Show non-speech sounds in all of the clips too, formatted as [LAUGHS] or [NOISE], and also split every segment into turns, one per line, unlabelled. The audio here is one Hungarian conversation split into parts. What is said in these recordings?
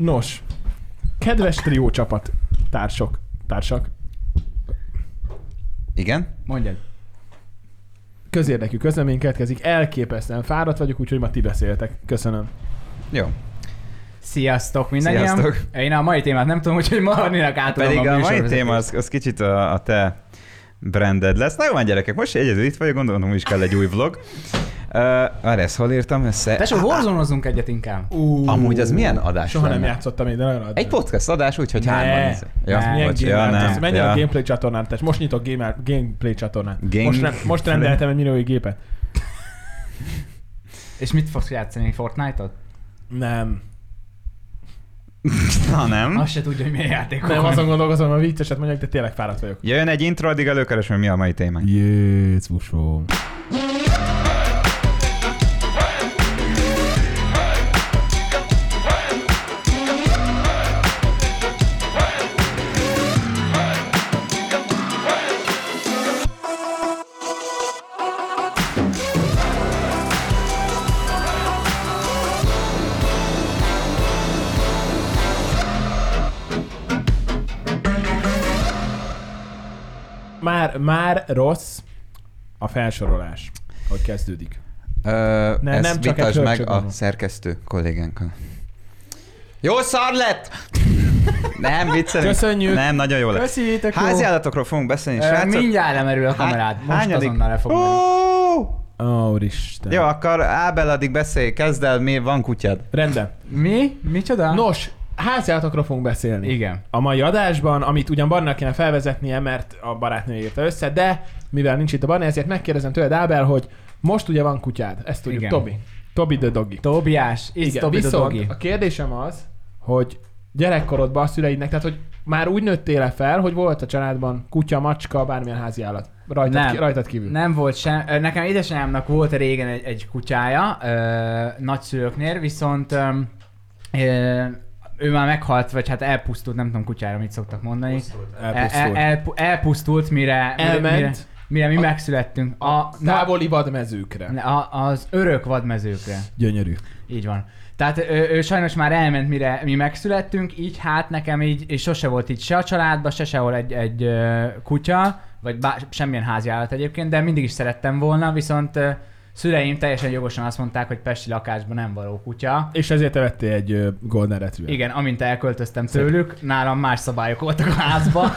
Nos, kedves trió csapat, társok, társak,
Igen?
Mondjad.
közérdekű közlemény következik, elképesztően fáradt vagyok, úgyhogy ma ti beszéltek. Köszönöm.
Jó.
Sziasztok mindenki.
Sziasztok.
Én a mai témát nem tudom, úgyhogy Marninak átadom
Pedig a, mai
műsorvezetést.
téma az, az kicsit a, a te branded lesz. Na jó van gyerekek, most egyedül itt vagyok, gondolom, hogy is kell egy új vlog. Uh, arra ezt hol írtam össze?
Tesó, horzonozunk egyet inkább.
Uh,
Amúgy az milyen adás
Soha
lenne?
nem játszottam én, de nagyon adom.
Egy podcast adás, úgyhogy
Ne.
hárman nézzük.
Ez
Ja,
milyen
bocs, ja,
gamer tesz?
nem.
Menj a
Ja.
gameplay csatornán, tehát most nyitok gamer, gameplay csatornán.
Game-
Most, re- most rendeltem egy milliói gépet.
És mit fogsz játszani? Fortnite-ot?
Nem.
[LAUGHS] Na Hm? nem.
Azt se tudja, hogy milyen játékok
Nem,
van.
azon gondolkozom, hogy vicceset mondjak, de tényleg fáradt vagyok.
Jöjjön egy intro, addig előkeresem, mi a mai témánk.
Jézusom.
Már, már rossz a felsorolás, hogy kezdődik.
Ö,
Ne,
ezt
nem csak egy
vitasd meg
hölgycsoda
a
van.
szerkesztő kollégánkkal. Jó szar
[LAUGHS]
lett! nem, viccelünk.
Köszönjük.
Nem, nagyon jó lett.
Köszitek
Háziállatokról fogunk beszélni,
Ö,
srácok.
Mindjárt lemerül a kamerád.
Há-
Most
hányadik?
azonnal le fog menni.
Ó!
Ó, Isten.
Jó, akkor Ábel addig beszélj, kezd el, mi van kutyád?
Rendben.
Mi? Micsoda?
Nos, háziállatokról fogunk beszélni.
Igen.
A mai adásban, amit ugyan Barnának kéne felvezetnie, mert a barátnő írta össze, de mivel nincs itt a Barna, ezért megkérdezem tőled, Ábel, hogy most ugye van kutyád, ezt tudjuk,
Igen.
Tobi. Tobi the Doggy.
Tobiás, itt
Igen,
Tobi the
viszont
Doggy.
a kérdésem az, hogy gyerekkorodban a szüleidnek, tehát hogy már úgy nőttél -e fel, hogy volt a családban kutya, macska, bármilyen háziállat. Rajtad,
Nem.
ki, rajtad kívül.
Nem volt sem. ö, Nekem édesanyámnak volt régen egy, egy kutyája ö, nagyszülőknél, viszont ö, ö, ő már meghalt, vagy hát elpusztult, nem tudom kutyára mit szoktak mondani.
Elpusztult.
El, el, E-, elpu- elpusztult, mire, mire-
Elment.
mire, mire mi
A-
megszülettünk.
A
na-
távoli vadmezőkre.
a, az örök vadmezőkre.
Gyönyörű.
Így van. Tehát ő, ő sajnos már elment, mire mi megszülettünk, így hát nekem így, és sose volt így se a családban, se sehol egy, egy ö, kutya, vagy bá, semmilyen háziállat egyébként, de mindig is szerettem volna, viszont ö, szüleim teljesen jogosan azt mondták, hogy Pesti lakásban nem való kutya.
És ezért te vettél egy ö, Golden Retriever.
Igen, amint elköltöztem tőlük, nálam más szabályok voltak a
[LAUGHS]
[LAUGHS] házba,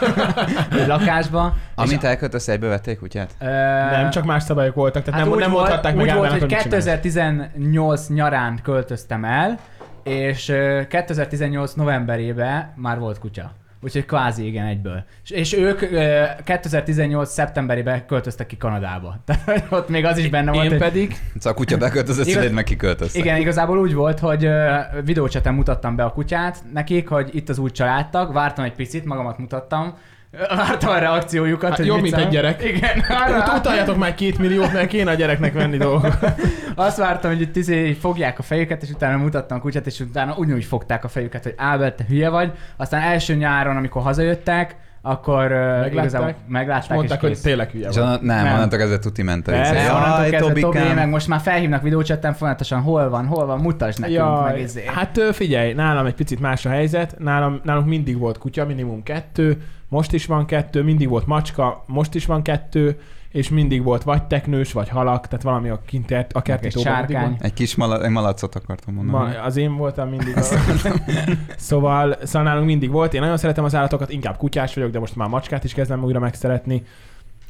vagy lakásba.
Amint elköltözsz, egyből vették kutyát?
Ö,
Nem, csak más szabályok voltak, tehát nem, nem mondhatták meg
Hát úgy volt,
Ádámnak,
hogy
mit csinálsz.
2018 nyarán költöztem el, és ö, 2018 novemberében már volt kutya. Úgyhogy kvázi igen egyből. És, és ők ö, 2018 szeptemberében költöztek ki Kanadába. [LAUGHS] Tehát hogy ott még az is benne volt,
Én
hogy-
pedig
Szóval a kutya beköltözött,
Igaz-
szüleid meg kiköltöztek.
igen, igazából úgy volt, hogy ö, videócseten mutattam be a kutyát nekik, hogy itt az új családtag, vártam egy picit, magamat mutattam, Ö, vártam a reakciójukat.
Hát
hogy
jobb,
mit
mint egy
szám-
gyerek. [LAUGHS]
Igen,
Ut- utaljatok Hát, már két milliót, mert kéne a gyereknek venni dolgokat.
Azt vártam, hogy itt izé fogják a fejüket, és utána mutattam a kutyát, és utána ugyanúgy fogták a fejüket, hogy Ábel, te hülye vagy. Aztán első nyáron, amikor hazajöttek, akkor meglátták, igazából meglátták
Mondták,
és
hogy tényleg hülye
És
vagy.
onnan, nem,
Nem.
nem, onnantól kezdve tuti ment a
Persze,
izé.
Jaj, onnantól kezdve Tobi,
Tobikám.
meg most már felhívnak videócsetten folyamatosan, hol van, hol van, mutasd nekünk, meg
Jaj,
izé.
hát ö, figyelj, nálam egy picit más a helyzet. Nálam, nálunk mindig volt kutya, minimum kettő, most is van kettő, mindig volt macska, most is van kettő, és mindig volt vagy teknős, vagy halak, tehát valami a kint ért- a kerti
Meg egy
tóban mindig
sárkány.
volt.
Egy kis mala- egy malacot akartam mondani.
Ma, az én voltam mindig. A... [LAUGHS] szóval, szóval nálunk mindig volt. Én nagyon szeretem az állatokat, inkább kutyás vagyok, de most már macskát is kezdem újra megszeretni.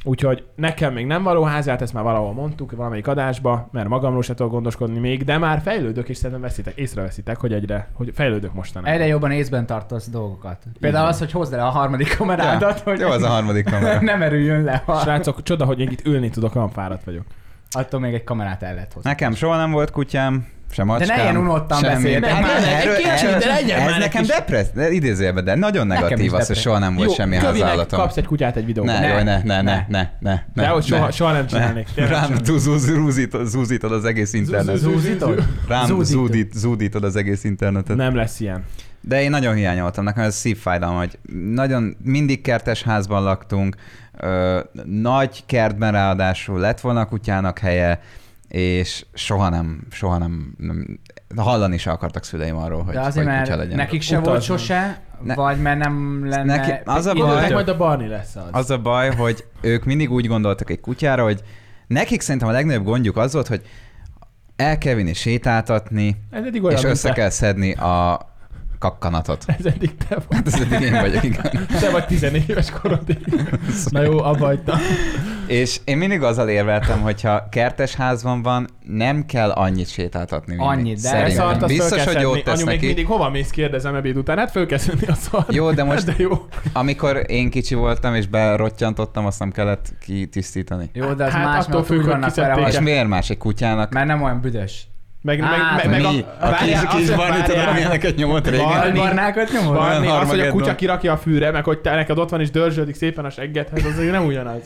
Úgyhogy nekem még nem való házját, ezt már valahol mondtuk, valamelyik adásba, mert magamról se tudok gondoskodni még, de már fejlődök, és szerintem veszitek, észreveszitek, hogy egyre, hogy fejlődök mostanában.
Egyre jobban észben tartasz dolgokat. Például az, hogy hozd el a harmadik kamerádat, hogy [LAUGHS]
Jó, az a harmadik kamera.
nem erüljön le, ha
Srácok, csoda, hogy én itt ülni tudok, olyan fáradt vagyok.
attól még egy kamerát el lehet hozni.
Nekem soha nem volt kutyám, sem macskám.
ilyen unottan
semmi.
beszéltek.
Hát
Ne,
nem,
ne,
erről-
egy kicsit,
erről-
de legyen már
Ez
egy
nekem
kis-
depressz, de idézőjelben, de nagyon
is
negatív az, hogy
depressz.
soha nem volt semmi
kövinek
házállatom.
kapsz egy kutyát egy videóban.
Ne,
Ne.
jaj, ne, ne, ne,
Ne.
ne, ne.
de hogy soha,
ne.
soha nem csinálnék.
Ne. Rám túzúz- rúzítod- zúzítod az egész internet.
Zúzítod?
Rám
Zúdító.
zúdít, zúdítod az egész internetet.
Nem lesz ilyen.
De én nagyon hiányoltam, nekem ez szívfájdalom, hogy nagyon mindig kertes házban laktunk, ö, nagy kertben ráadásul lett volna a kutyának helye, és soha nem, soha nem, nem hallani se akartak szüleim arról, hogy,
De azért,
hogy kutya
mert
legyen.
nekik se
Utazni.
volt sose,
Ne-
vagy mert nem lenne
Neki- az a
időtök.
baj-
Meg majd a Barney lesz az.
Az a baj, hogy ők mindig úgy gondoltak egy kutyára, hogy nekik szerintem a legnagyobb gondjuk az volt, hogy el kell vinni sétáltatni,
Ez eddig
Olyan
olyan,
és
mint
össze
te.
kell szedni a kakkanatot.
Ez eddig te vagy.
Hát ez eddig én vagyok, igen.
Te vagy 14 éves korodig. [LAUGHS] Na jó, abba hagytam.
És én mindig azzal érveltem, hogyha kertes házban van, nem kell annyit sétáltatni. vinni.
Annyit, de
De
Szerintem.
szart azt
Biztos, hogy jót tesz
Anyu még
neki.
mindig hova mész, kérdezem ebéd után. Hát föl kell szedni a szart.
Jó, de most-
Hát de jó.
Amikor én kicsi voltam és berotyantottam, azt nem kellett kitisztítani.
Jó, de az
Hát
más,
attól
mert
függ,
úgy
hogy
vannak vele,
kiszedték.
hogy-
És miért más egy kutyának?
mert nem olyan büdös.
Meg, meg,
Á,
meg, meg
Hát, Mi? A,
várjál,
kis,
azt,
kis
hogy
barni, tudom,
várjál.
milyeneket nyomott régen.
Barni-
Albarnákat nyomod?
Olyan
Barni, az, hogy a
Armageddon.
kutya kirakja a fűre, meg hogy te neked ott van és dörzsödik szépen a seggedhez, az azért nem ugyanaz.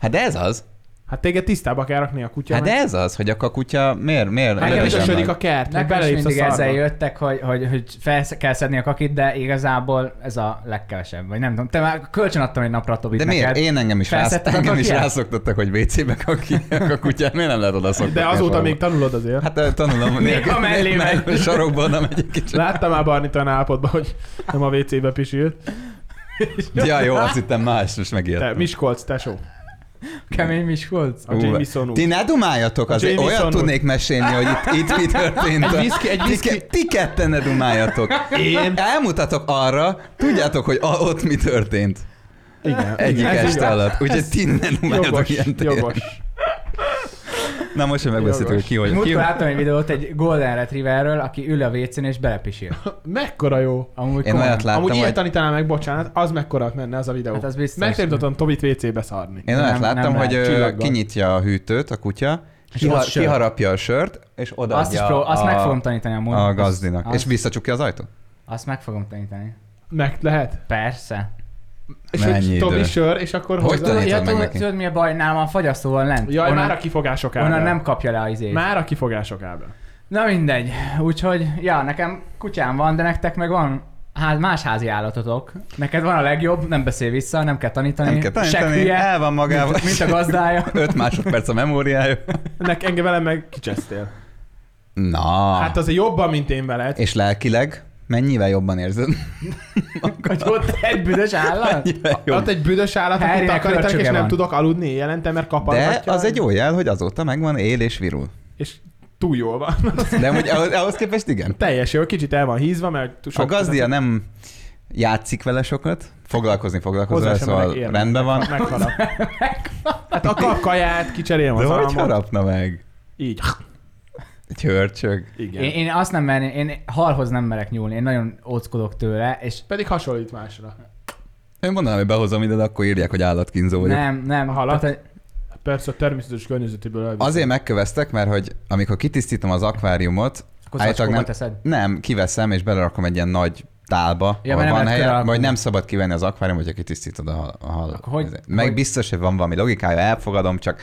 Hát de ez az.
Hát téged tisztába kell rakni a kutya.
Hát de
meg-
ez az, hogy akkor a kutya miért, miért?
Hát
miért nem
elütösödik
van?
a kert, meg
Nekem is
belelépsz a
mindig ezzel
szarba.
jöttek, hogy, hogy, hogy fel kell szedni a kakit, de igazából ez a legkevesebb, vagy nem tudom. Te már kölcsön adtam egy napra a Tobit
De miért?
neked.
Én engem is, rász,
Felszetted a
engem is
kakiát?
rászoktattak, hogy WC-be kakijak a kutyát. Miért nem lehet oda szoktatni?
De
a
azóta
sarokba?
még tanulod azért.
Hát ö, tanulom.
Még ha mellé megy.
A sarokból nem egy kicsit.
Láttam már Barnit olyan állapotban, hogy nem a WC-be pisült.
Ja, jó, azt hittem más, most
Te,
megijedtem.
Miskolc, tesó.
Kemény Miskolc.
A
Ú,
Jameson út.
Ti ne dumáljatok, azért
Jameson
olyat
úr.
tudnék mesélni, hogy itt, itt mi történt.
Egy viszki- egy
Ti
viszki-
ke- Ti ketten ne dumáljatok.
Én?
Elmutatok arra, tudjátok, hogy a, ott mi történt.
Igen.
Egyik
igen.
este alatt. Úgyhogy
Ez
ti ne dumáljatok
Jogos,
ilyen téren.
jogos.
Na most sem megbeszéltük, hogy ki hogy.
Múltkor
ki-
láttam egy videót egy Golden Retrieverről, aki ül a WC-n és belepisil.
Mekkora jó.
Amúgy
Én
komolyan.
olyat láttam,
Amúgy
hogy...
ilyet tanítanám meg, bocsánat, az mekkora menne az a videó.
Hát az biztos.
Megtanítottam Tobit WC-be szarni.
Én olyat
Nem-
láttam,
nem
hogy
lehet,
ö,
csillaggal.
kinyitja a hűtőt a kutya,
És
kiha,
az sör.
kiharapja a sört, és odaadja
Azt, is pró- azt
a,
meg fogom tanítani amúgy.
a
Azt-
gazdinak.
Azt,
És visszacsukja az ajtót?
azt meg fogom tanítani.
Meg lehet.
Persze.
És hogy
Mennyi
Tobi
idő?
sör, és akkor
Hogy
hozzá.
tudod?
Ja,
meg
tudod,
neki.
tudod, mi a baj nálam? A fagyasztó van lent.
Jaj,
onnan,
már a kifogások ábra.
onnan nem kapja le az izét.
Már a kifogások ábra.
Na mindegy. Úgyhogy, ja, nekem kutyám van, de nektek meg van ház, más házi állatotok. Neked van a legjobb, nem beszél vissza, nem kell tanítani.
Nem kell
Seg
tanítani,
hülye,
el van magával.
mint, mint a
[LAUGHS]
gazdája.
5 másodperc a memóriája.
Nek engem velem meg kicsesztél.
Na,
Hát azért jobban, mint én veled.
és lelkileg mennyivel jobban érzed?
Hogy ott egy büdös állat?
Mennyivel
Jobb.
jobb?
Ott egy büdös állat, akit
Harrynek
takarítanak, és
hörcsöge
nem
van.
tudok aludni éjjelente, mert
De
kapargatja.
az egy jó jel, hogy azóta megvan, él és virul.
És túl jól van.
De hogy ahhoz, ahhoz képest igen.
Teljes jó, kicsit el van hízva, mert túl
A
sok
gazdia nem játszik vele sokat, foglalkozni foglalkozol,
Hozzá
vele,
sem
szóval
mennek, érnek.
rendben van.
megharap. Hát a kapkaját kicserélem
De
az
hogy
almot.
harapna meg?
Így.
Egy hörcsög.
Igen.
Én, én azt nem merném, én halhoz nem merek nyúlni, én nagyon óckodok tőle, és
Pedig hasonlít másra.
Én mondanám, hogy behozom ide, de akkor írják, hogy állatkínzó vagyok.
nem, nem.
A halat?
Tehát, hogy-
Persze a természetes környezetéből elvisz.
Azért megköveztek, mert hogy amikor kitisztítom az akváriumot,
akkor
Állítólag
zacskóba
nem-
teszed.
nem, kiveszem és belerakom egy ilyen nagy tálba,
Ja,
ja, ahol
mert nem
van
lehet
helye,
köralkú.
vagy nem szabad kivenni az akvárium, hogyha kitisztítod a, hal- a hal.
Akkor hogy-
Meg
hogy-
biztos, hogy van valami logikája, elfogadom, csak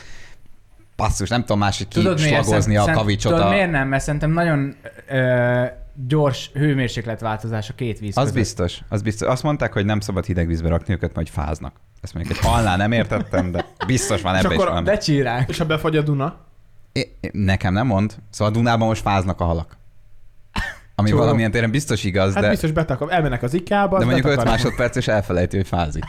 basszus, nem tudom másik
Tudod, miért,
kislagozni
Szerint-
a
szerint-
kavicsot.
Tudod,
a...
miért nem? Mert szerintem nagyon ö, gyors hőmérsékletváltozás a két víz
Az
között.
biztos, az biztos. Azt mondták, hogy nem szabad hideg vízbe rakni őket, mert hogy fáznak. Ezt mondjuk egy halnál nem értettem, de biztos van
És
ebben is
akkor
valami.
De csírák.
És ha befagy a Duna,
É, é, nekem nem mond. Szóval a Dunában most fáznak a halak. Ami
Csórom.
valamilyen téren biztos igaz,
hát
de,
biztos betakar, elmennek az ikába. az
de mondjuk 5
betakarják. [LAUGHS]
másodperc és elfelejti, hogy fázik.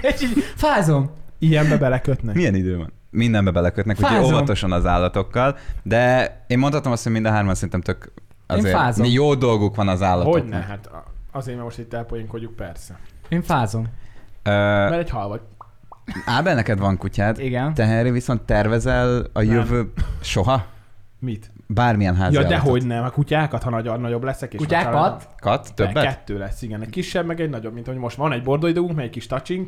És így Fázom.
Ilyenbe belekötnek.
Milyen idő van? Mindenbe belekötnek, úgyhogy
Fázom.
óvatosan az állatokkal, de én mondhatom azt, hogy mind a hárman szerintem tök azért
fázom.
jó dolguk van az állatoknak.
Hogyne, hát a- azért, mert most itt elpoénkodjuk, persze.
Hát-
Én fázom.
Ö,
Mert egy hal vagy.
Ábel, neked van kutyád,
Igen.
te Henry viszont tervezel a
Nem.
jövő soha?
Mit?
Bármilyen házi
Ja,
állatot?
dehogy nem. A kutyákat, ha nagy, nagyobb leszek. És
Kutyákat?
ha talán-
Kat,
Ne,
többet?
Kettő lesz, igen. Egy kisebb, meg egy nagyobb, mint hogy most van egy bordoidógunk, meg egy kis touching.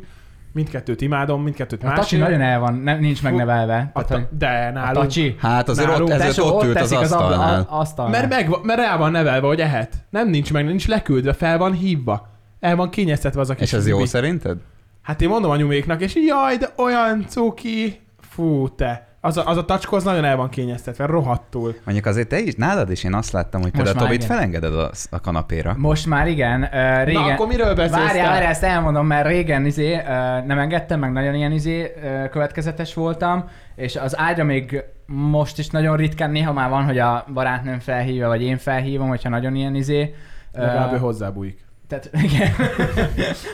Mindkettőt imádom, mindkettőt
A
másik.
tacsi nagyon el van, nem, nincs megnevelve.
A
Tehát, hogy
ta- de
a
nálunk.
tacsi.
Hát azért
Nálunk
ott, ezért
Tesó,
ott ült az
teszik
asztalnál.
abla- a- asztalnál.
Mert, meg, mert rá van nevelve, hogy ehet. Nem nincs meg, nincs leküldve, fel van hívva. El van kényeztetve az a kis
És ez jó
bibi.
szerinted?
Hát én mondom anyuméknak, és jaj, de olyan cuki. Fú, te. az a, az a tacskó az nagyon el van kényeztetve, rohadtul.
Mondjuk azért te is, nálad is én azt láttam, hogy
Most
például
már
Tobit
igen.
felengeded a, a kanapéra.
Most már igen, ö, régen...
Na, akkor miről beszélsz
Várjál,
te?
várjál, ezt elmondom, mert régen izé, ö, nem engedtem, meg nagyon ilyen izé, ö, következetes voltam, és az ágyra még most is nagyon ritkán, néha már van, hogy a barátnőm felhívja, vagy én felhívom, hogyha nagyon ilyen izé. ö,
Legalább ő hozzábújik.
Tehát [LAUGHS] igen.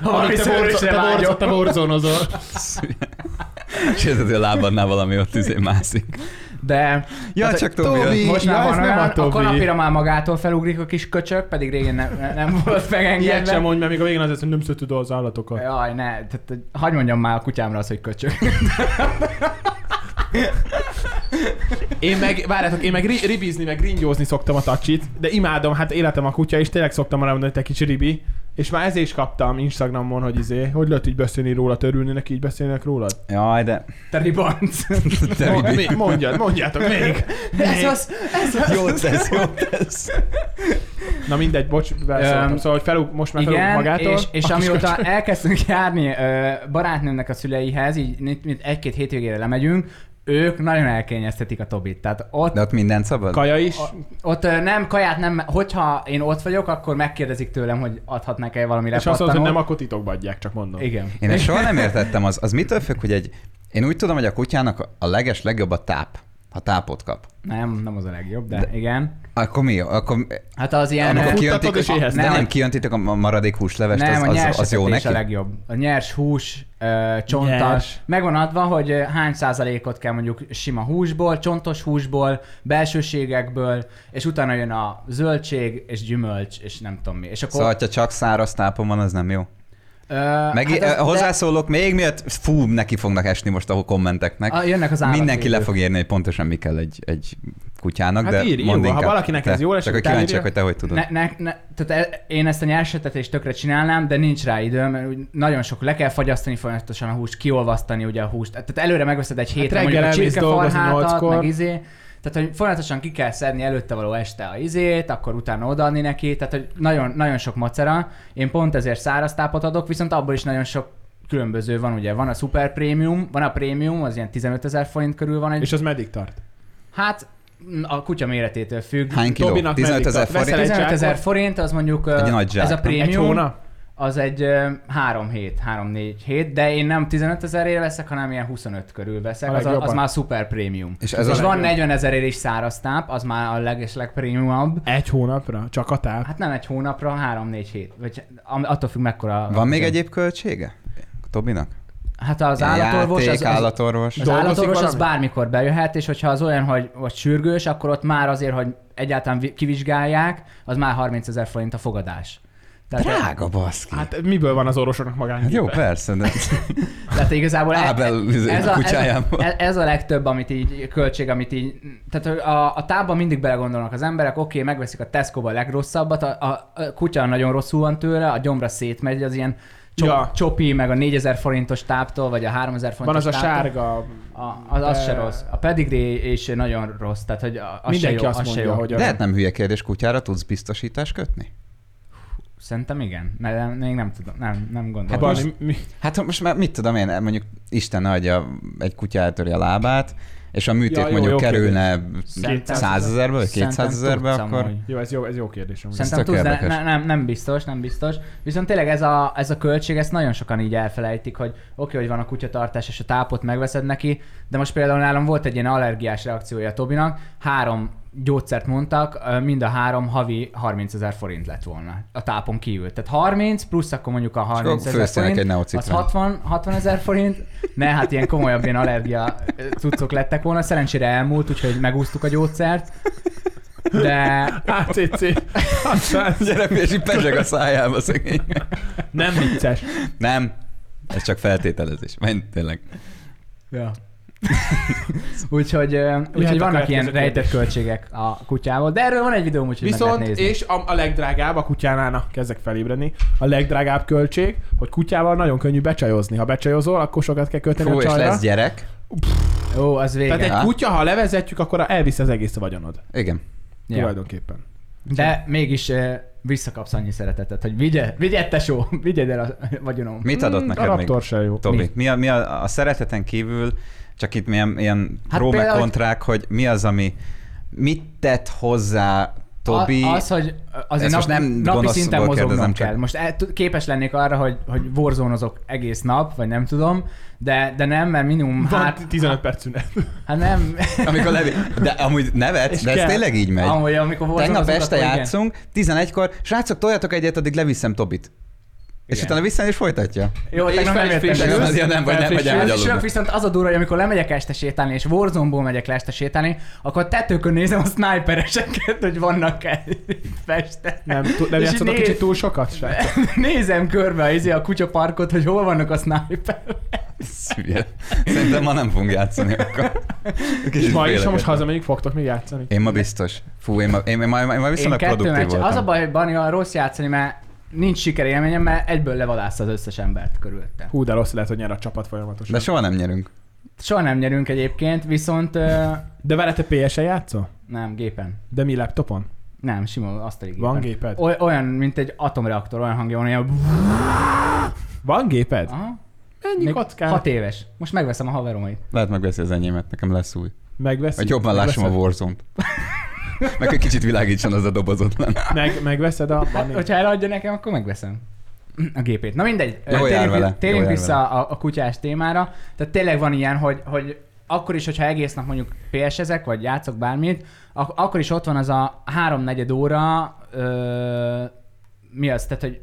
ha valami
Te borzo-
szörnyűsre
te borzo-
vágyok.
Te borzonozol.
És ez azért a lábadnál valami ott izé mászik.
De
Ja,
Tehát,
csak
hogy
Tobi.
Hát, Tobi!
jött.
most már
Ja, ez
van
nem
olyan,
a Tobi.
a kanapira már magától felugrik a kis köcsök, pedig régen nem, nem volt
Ilyet
megengedve.
sem mondj, mert még a végén az lesz, hogy nem szötüd az állatokat.
Jaj, ne, tehát hogy hagyd mondjam már a kutyámra az, hogy köcsög. [LAUGHS]
Én meg, várjátok, én meg ri- ribizni, meg ringyózni szoktam a tacsit, de imádom, hát életem a kutya, és tényleg szoktam arra mondani, hogy te kicsi ribi. És már ezért is kaptam Instagramon, hogy izé, hogy lehet így beszélni róla, örülni neki, így beszélnek rólad.
Jaj, de...
Te ribanc.
Te
Mo-
mi?
mi- mondjad, mondjátok még.
ez
Még.
az, ez az.
Jó tesz, jó tesz.
Na mindegy, bocs, beleszóltam.
Öm,
Szóval, hogy felúg, most már felúg
Igen,
magától.
és, és
A kis
amióta
köcsög.
elkezdtünk járni ö, barátnőmnek a szüleihez, így mint- mint egy-két hétvégére lemegyünk, ők nagyon elkényeztetik a Tobit. Tehát ott,
De ott mindent szabad?
Kaja is.
ott ö, nem kaját nem, hogyha én ott vagyok, akkor megkérdezik tőlem, hogy adhatnak-e valami
És azt mondod, hogy nem,
lepattanót.
akkor titokba adják, csak mondom.
Igen.
Én ezt soha nem értettem, az, az mitől függ, hogy egy... Én úgy tudom, hogy a kutyának a- a leges legjobb a táp, ha tápot kap.
Nem, nem az a legjobb, de,
De-
de. igen.
Akkor mi? Akkor,
Hát az ilyen...
amikor
Futtatod
kijöntik,
és
a,
éheztek.
de nem
Nem.
kijöntitek a ma- maradék húslevest,
nem,
az,
a
az,
nyers
az jó
etetés
neki?
a legjobb. A nyers hús, ö,
Nyers.
csontas. Meg van adva, hogy ö, hány százalékot kell mondjuk sima húsból, csontos húsból, belsőségekből, és utána jön a zöldség és gyümölcs, és nem tudom mi. És akkor...
Szóval, ha csak száraz tápon van, az nem jó.
ö,
Meg
hát az-
hát
de-
hozzászólok, még miatt fú, neki fognak esni most a kommenteknek.
a, jönnek az állatvédők.
Mindenki le fog érni, hogy pontosan mi kell egy, egy kutyának,
Hát
de
írj,
mondd
jó, ha
inkább
valakinek
te.
ez jól esik,
Csak hogy
utána
kíváncsiak,
írja.
hogy te hogy tudod.
Ne, ne, ne, tehát e- én ezt a nyersetetést tökre csinálnám, de nincs rá időm, mert úgy nagyon sok, le kell fagyasztani folyamatosan a húst, kiolvasztani ugye a húst. Tehát előre megveszed egy hétre,
Hát reggel
mondjuk
elmész
a
dolgozni
csirkefarhátat,
nyolckor.
meg izé. Tehát, hogy folyamatosan ki kell szedni előtte való este a izét, akkor utána odaadni neki, tehát, hogy nagyon, nagyon sok macera. Én pont ezért száraz tápot adok, viszont abból is nagyon sok különböző van, ugye van a super prémium, van a prémium, az ilyen 15 ezer forint körül van egy,
És az meddig tart?
hát m, a kutya méretétől függ,
Hány kiló?
Tobinak
15 ezer
meddig tart?
forint?
Veszel egy
15 ezer
zsákot?
forint, az mondjuk
Egy
ö,
nagy zsák.
ez a prémium,
Egy hónap?
az egy ö, három hét, három négy hét, de én nem 15 ezerért veszek, hanem ilyen 25 körül veszek,
A
az, a- az
legjobban.
már szuper prémium.
És
És,
ez
ez
a
és van
legjobb.
40 ezerért is száraz táp, az már a leges legprémiumabb.
Egy hónapra? Csak a táp?
Hát nem egy hónapra, három-négy hét, vagy am- attól függ mekkora...
Van még egyéb költsége? Tobinak?
Hát az
Ilyen
állatorvos,
játék,
az, az,
állatorvos.
az
Dolgozik
állatorvos az
valami?
bármikor bejöhet, és hogyha az olyan, hogy vagy sürgős, akkor ott már azért, hogy egyáltalán vi- kivizsgálják, az már 30 ezer forint a fogadás.
Drága baszki. Hát,
Hát miből van az orvosoknak magány?
jó, persze, de
Tehát igazából e-
Ábel izé,
ez, a, ez,
kutyájában.
a, e- ez a legtöbb, amit így költség, amit így, tehát hogy a, a tábban mindig belegondolnak az emberek, oké, okay, megveszik a Tesco-ba a legrosszabbat, a, a, a kutya nagyon rosszul van tőle, a gyomra szétmegy, az ilyen csop,
Ja.
ja. csopi, meg a 4000 forintos táptól, vagy a 3000
Van
forintos
az a
táptól.
sárga.
A, az, az se rossz. A pedigree is nagyon rossz, tehát hogy a- az se
Mindenki
jó,
azt
az se
mondja,
[LAUGHS] jó.
hogy a-
lehet nem hülye kérdés, kutyára tudsz biztosítást kötni?
Szerintem igen, mert nem- még nem tudom, nem, nem gondolom.
Hát
most-
Barni, mi-
Hát ha most már mit tudom én, mondjuk Isten adja, egy kutya eltöri a lábát, és a műtét
Ja, jó,
mondjuk
jó
kerülne
Szerintem-
100 ezerbe, vagy
Szerintem
200 ezerbe,
tudsz
akkor...
amúgy.
Jó, ez jó, ez jó kérdés. amúgy.
Szerint-
Szerintem
tök
tudsz, de
érdekes.
ne, nem, nem biztos, nem biztos. Viszont tényleg ez a, ez a költség, ezt nagyon sokan így elfelejtik, hogy oké, okay, hogy van a kutyatartás, és a tápot megveszed neki, de most például nálam volt egy ilyen allergiás reakciója a Tobinak, három gyógyszert mondtak, ö, mind a három havi 30 ezer forint lett volna a tápon kívül. Tehát 30 plusz akkor mondjuk a 30 ezer
főztél neki
forint,
egy
az
neocitránt.
60 60 ezer forint, ne, hát ilyen komolyabb ilyen allergia ö, cuccok lettek volna, szerencsére elmúlt, úgyhogy megúsztuk a gyógyszert, de
ACC.
[LAUGHS]
Aztán-
Gyere, és így pezseg a szájába szegény.
[LAUGHS] Nem vicces.
Nem, ez csak feltételezés. Menj, tényleg.
Ja. úgyhogy ö, úgyhogy
a
vannak ilyen
következő
rejtett
kérdés.
költségek a kutyával, de erről van egy videóm, úgyhogy meg
Viszont,
lehet nézni.
és a, a legdrágább a kutyánál, na, kezdek felébredni, a legdrágább költség, hogy kutyával nagyon könnyű becsajozni. Ha becsajozol, akkor sokat kell költeni
Fú,
a
és
csajra.
lesz gyerek.
Ó, az vége.
Tehát
á.
egy kutya, ha levezetjük, akkor elvisz az egész a vagyonod.
Igen.
Tulajdonképpen.
De mégis ö, visszakapsz annyi szeretetet, hogy vigye, vigye tesó, [LAUGHS] vigyed el a vagyonom.
Mit adott
Mm,
neked
a
még?
Raptor se jó.
Tobi, mi,
Mi?
mi a, mi a, a szereteten kívül, csak itt milyen, ilyen hát
Hát
pró meg
például, hogy-
kontrák, hogy mi az, ami mit tett hozzá Tobi?
A, az, hogy azért
ezt most
nap,
nem
nem napi
gonoszból
szinten mozognom
kérdezem, csak-
kell. Most el, t- képes lennék arra, hogy, hogy borzónozok egész nap, vagy nem tudom, de, de nem, mert minimum
Van
hát,
15 perc
[LAUGHS]
szünet.
hát nem.
Amikor levi... De amúgy nevet,
És
de ez
kell.
tényleg így megy.
[LAUGHS] Amúgy, amikor borzónozunk,
Tegnap este
akkor igen.
játszunk, 11-kor, srácok, toljatok egyet, addig leviszem Tobit. És
Igen.
utána visszajön és folytatja.
Jó, hát
És
tegnap nem értem.
felfrissülsz.
először.
Azért nem, vagy nem, vagy elmegy
És
aludni.
sok viszont az a durva, hogy amikor lemegyek este sétálni, és Warzone-ból megyek le este sétálni, akkor a tetőkön nézem a snipereseket, hogy vannak-e feste.
Nem, t- nem
És
játszottak
így néz-
kicsit túl sokat se.
Nézem körbe a, izé, a kutyaparkot, hogy hol vannak a sniper.
Szülye. Szerintem ma nem fogunk játszani akkor.
És ma is, ha most
félek.
hazamegyünk, fogtok még játszani.
Én ma biztos. Fú, én ma, én, én ma, én ma viszonylag produktív
meccsen-
voltam.
Az a baj, hogy Banival rossz játszani, mert nincs sikerélményem, mert egyből levadászta az összes embert körülötte.
Hú, de rossz lehet, hogy nyer a csapat
De
folyamatosan.
soha nem nyerünk.
Soha nem nyerünk egyébként, viszont ö,
De vele te PS-en játszol?
nem, gépen.
De mi laptopon?
Nem, sima, asztali gépen.
Van géped?
Oly- olyan, mint egy atomreaktor, olyan hangja van, olyan...
Van géped?
Aha,
Mennyi
még
kockát?
hat éves. Most megveszem a haveromait.
Lehet megveszi az enyémet, nekem lesz új.
Megveszed?
Hogy jobban lássam a
Megveszed?
Warzone-t. Meg egy kicsit világítson az a dobozotlan.
Meg, megveszed a...
Hát, hogyha eladja nekem, akkor megveszem a gépét. Na mindegy,
Jól jár
térjünk,
vele,
térjünk
jól jár
vissza a, a kutyás témára. Tehát tényleg van ilyen, hogy, hogy akkor is, hogyha egész nap mondjuk PS-ezek, vagy játszok bármit, ak- akkor is ott van az a háromnegyed óra, ö, mi az, tehát hogy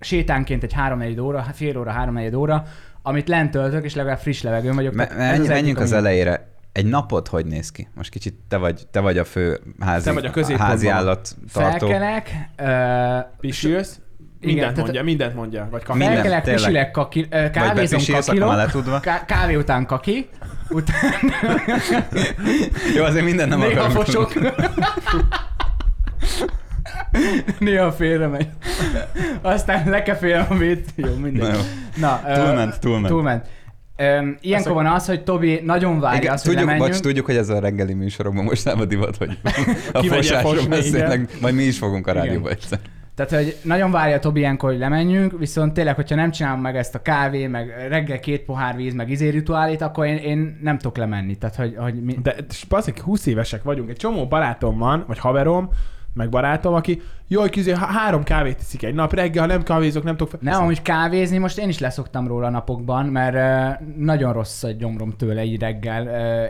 sétánként egy háromnegyed óra, fél óra, háromnegyed óra, amit lent töltök, és legalább friss levegőn vagyok.
Me-
Tehát ez
menj,
egyik,
menjünk az
ami-
elejére. Egy napot hogy néz ki? Most kicsit te vagy, te vagy a fő házi,
Te vagy a középpontban.
házi állat tartó.
Felkelek, ö,
Pisilsz?
Igen,
Mindent
tehát-
mondja, mindent mondja. Vagy
Minden,
kapja.
Felkelek,
tényleg.
pisilek, kaki, ö,
Vagy
kávézom,
bepisélsz, akkor már
kakilok,
letudva.
ká- kávé után kaki, utána [LAUGHS]
Jó, azért minden nem
néha
akarunk.
fosok. néha félre megy. Aztán lekefélem a vét. Jó,
Na
mindegy.
jó.
Na, ö,
Túlment, túlment.
túlment. Öm, Ilyenkor van az, hogy Tobi nagyon várja
Igen,
azt, hogy
tudjuk,
lemenjünk.
bocs, tudjuk, hogy ez a reggeli műsorokban most nem a divat,
[LAUGHS]
hogy a
Kimegyek
fosásról
fosni,
beszélnek, majd mi is fogunk a
Igen.
rádióba egyszer.
Tehát, hogy nagyon várja Tobi ilyenkor, hogy lemenjünk, viszont tényleg, hogyha nem csinálom meg ezt a kávé, meg reggel két pohár víz, meg izé rituálét, akkor én, én nem tudok lemenni. Tehát, hogy, hogy mi...
De s- baszik, 20 évesek vagyunk. Egy csomó barátom van, vagy haverom, meg barátom, aki jaj, kizé, há- három kávét iszik egy nap reggel, ha nem kávézok, nem tudok...
Nem, amúgy kávézni, most én is leszoktam róla napokban, mert uh, nagyon rossz a gyomrom tőle így reggel,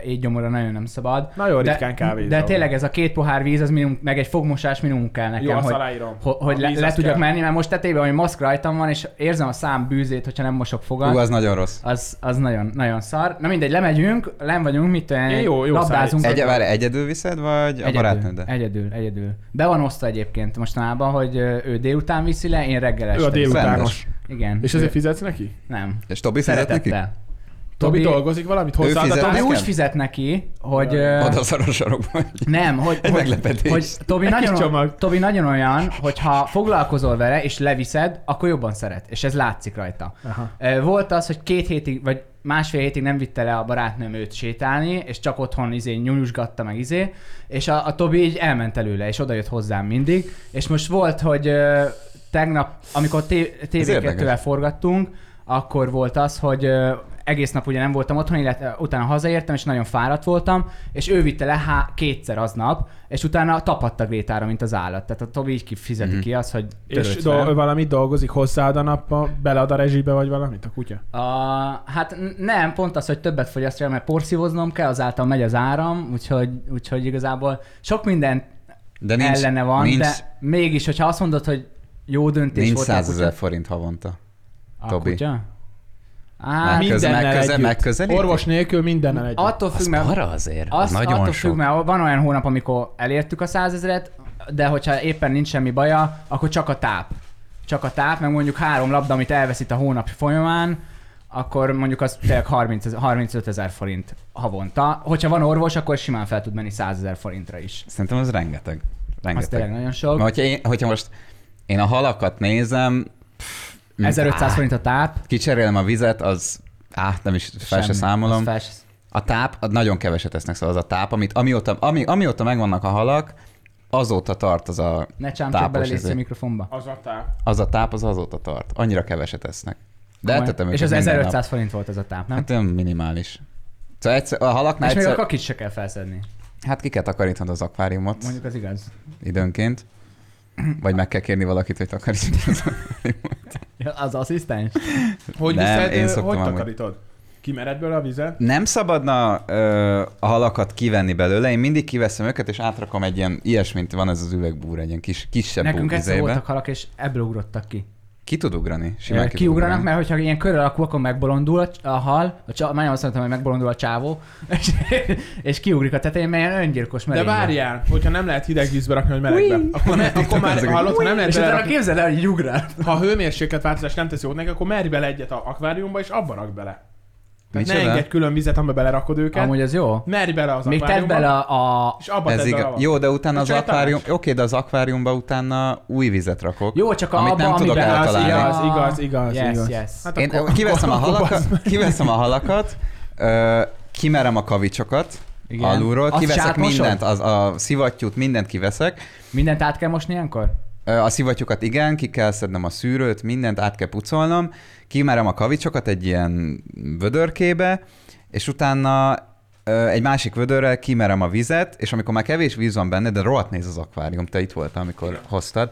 uh, így gyomorra nagyon nem szabad.
Nagyon
de,
ritkán kávézom.
De tényleg ez a két pohár víz, az minimum, meg egy fogmosás minimum kell nekem,
Jó, azt
hogy,
aláírom.
ho- hogy
A
le,
víz
le
az
tudjak
kell.
menni, mert most tetében, hogy maszk rajtam van, és érzem a szám bűzét, hogyha nem mosok
Hú,
fogat.
az nagyon rossz.
Az, az nagyon, nagyon szar. Na mindegy, lemegyünk, len vagyunk, mit olyan,
Én jó- jó
labdázunk.
Egy, várj, egyedül viszed, vagy a
egyedül,
barátnőddel?
egyedül, egyedül. Be van osztva egyébként mostanában, hogy ö, ő délután viszi le, én reggel este.
Ő a
viszem.
délutános.
Igen.
És
ő-
ezért fizetsz neki?
Nem.
És Tobi fizet neki?
Szeretettel.
Tobi
Tobi, Tobi,
dolgozik valamit? Hozzáadat
fizet
a
neki?
úgy
nekem?
fizet neki, hogy...
Jaj.
ö,
Oda szar a sarokban.
nem, hogy,
Egy
hogy,
meglepetés.
hogy Tobi,
Egy kis
nagyon,
csomag.
Tobi nagyon olyan, hogy ha foglalkozol vele és leviszed, akkor jobban szeret, és ez látszik rajta.
Aha.
Ö, Volt az, hogy két hétig, vagy másfél hétig nem vitte le a barátnőm őt sétálni, és csak otthon izé nyújusgatta meg izé, és a, a Tobi így elment előle, és oda jött hozzám mindig, és most volt, hogy ö, tegnap, amikor té-
érdekes.
TV2-vel forgattunk, akkor volt az, hogy ö, egész nap ugye nem voltam otthon, illetve utána hazaértem, és nagyon fáradt voltam, és ő vitte le há- kétszer aznap, és utána tapadta Grétára, mint az állat. Tehát a Tobi így kifizeti
Mhm.
ki azt, hogy
És
törődsz vele.
do- valamit dolgozik, hozzáad a napba, belead a rezsibe, vagy valamit a kutya?
A, hát n- nem, pont az, hogy többet fogyaszt, mert porszívoznom kell, azáltal megy az áram, úgyhogy, úgyhogy igazából sok minden
De
nincs,
nincs,
ellene van,
nincs,
nincs, de mégis, hogyha azt mondod, hogy jó döntés
nincs
volt a
100 ezer
kutya,
forint havonta.
a
Tobi.
kutya?
Már
Á,
köz-
Mindennel
megköze-
együtt.
megközelíti?
Orvos nélkül mindennel együtt.
attól
Az
függ, mert,
para azért, az
azt,
nagyon
attól függ,
sok.
mert van olyan hónap, amikor elértük a 100 ezeret, de hogyha éppen nincs semmi baja, akkor csak a táp. Csak a táp, meg mondjuk három labda, amit elveszít a hónap folyamán, akkor mondjuk az tényleg 30, ezer- 35 ezer forint havonta. Hogyha van orvos, akkor simán fel tud menni 100 ezer forintra is.
Szerintem az rengeteg.
Az tényleg
Rengeteg.
nagyon sok.
Mert hogyha, én, hogyha most én a halakat nézem, pff,
1500
áh,
forint a táp.
Kicserélem a vizet, az áh, nem is fel se
Semmi.
számolom.
Az fel se-
A táp, az nagyon keveset esznek, szóval az a táp, amit amióta, ami, amióta megvannak a halak, azóta tart az a,
Ne csámcsod
Tápos
bele légy
izé.
a mikrofonba.
Az a táp.
az a táp, az azóta tart. Annyira keveset esznek. De
Komoly.
etetem
És
őket
az
minden
1500
nap.
forint volt ez a táp, nem?
Hát olyan minimális. Szóval egyszer, a halaknál
és még a
egyszer,
kakit se kell felszedni.
hát ki kell takarítanod az akváriumot
Mondjuk az igaz.
időnként. Vagy meg kell kérni valakit, hogy takarítson az
Ja, az asszisztens.
Hogy
Nem,
viszed,
én
ö,
szoktam
hogy
amúgy.
takarítod? Kimered bőle a vizet?
Nem szabadna ö, a halakat kivenni belőle, én mindig kiveszem őket, és átrakom egy ilyen ilyesmint, van ez az üvegbúr, egy ilyen kis, kisebb
Nekünk egyszer
búvizébe.
voltak halak, és ebből ugrottak ki.
Ki tud ugrani? Simán
Simán
ki tud
kiugranak,
ugrani.
mert hogyha ilyen kör alakú, akkor megbolondul a, cs- a hal, a csa, már azt mondtam, hogy megbolondul a csávó, [LAUGHS] és, és kiugrik a tetején, mert ilyen öngyilkos
De
merény.
várjál, hogyha nem lehet hideg vízbe rakni, hogy melegbe. Akkor, ne, akkor már hallod, ha nem lehet
És
bele
utána
rakni,
képzeld el, hogy ugrál.
ha a hőmérséklet változás nem teszi jót neki, akkor merj bele egyet a akváriumba, és abba rak bele. Tehát ne
Micsoda?
engedj külön vizet, amiben belerakod őket.
Amúgy az jó.
Merj bele az
Még tedd
akváriumba,
bele a, a...
és abba
Ez
tedd bele a
igaz.
valamit.
Jó, de utána
Ez
az
csak egy
akvárium... Oké,
tanács.
de az akváriumba utána új vizet rakok.
Jó, csak
Amit
abba,
nem tudok
amiben az
eltalálni.
Igaz, igaz, igaz,
Yes,
igaz.
yes.
Hát
Én
akkor-
kiveszem, a
akkor [LAUGHS]
halakat,
bazd meg.
kiveszem a halakat, ö, kimerem a kavicsokat Igen. alulról,
Azt
kiveszek
sátmosod?
mindent, az, a szivattyút, mindent kiveszek.
Mindent át kell mosni ilyenkor?
Ö, A szivattyúkat igen, ki kell szednem a szűrőt, mindent át kell pucolnom, kimerem a kavicsokat egy ilyen vödörkébe, és utána ö, egy másik vödörrel kimerem a vizet, és amikor már kevés víz van benne, de rohadt néz az akvárium, te itt voltál, amikor hoztad,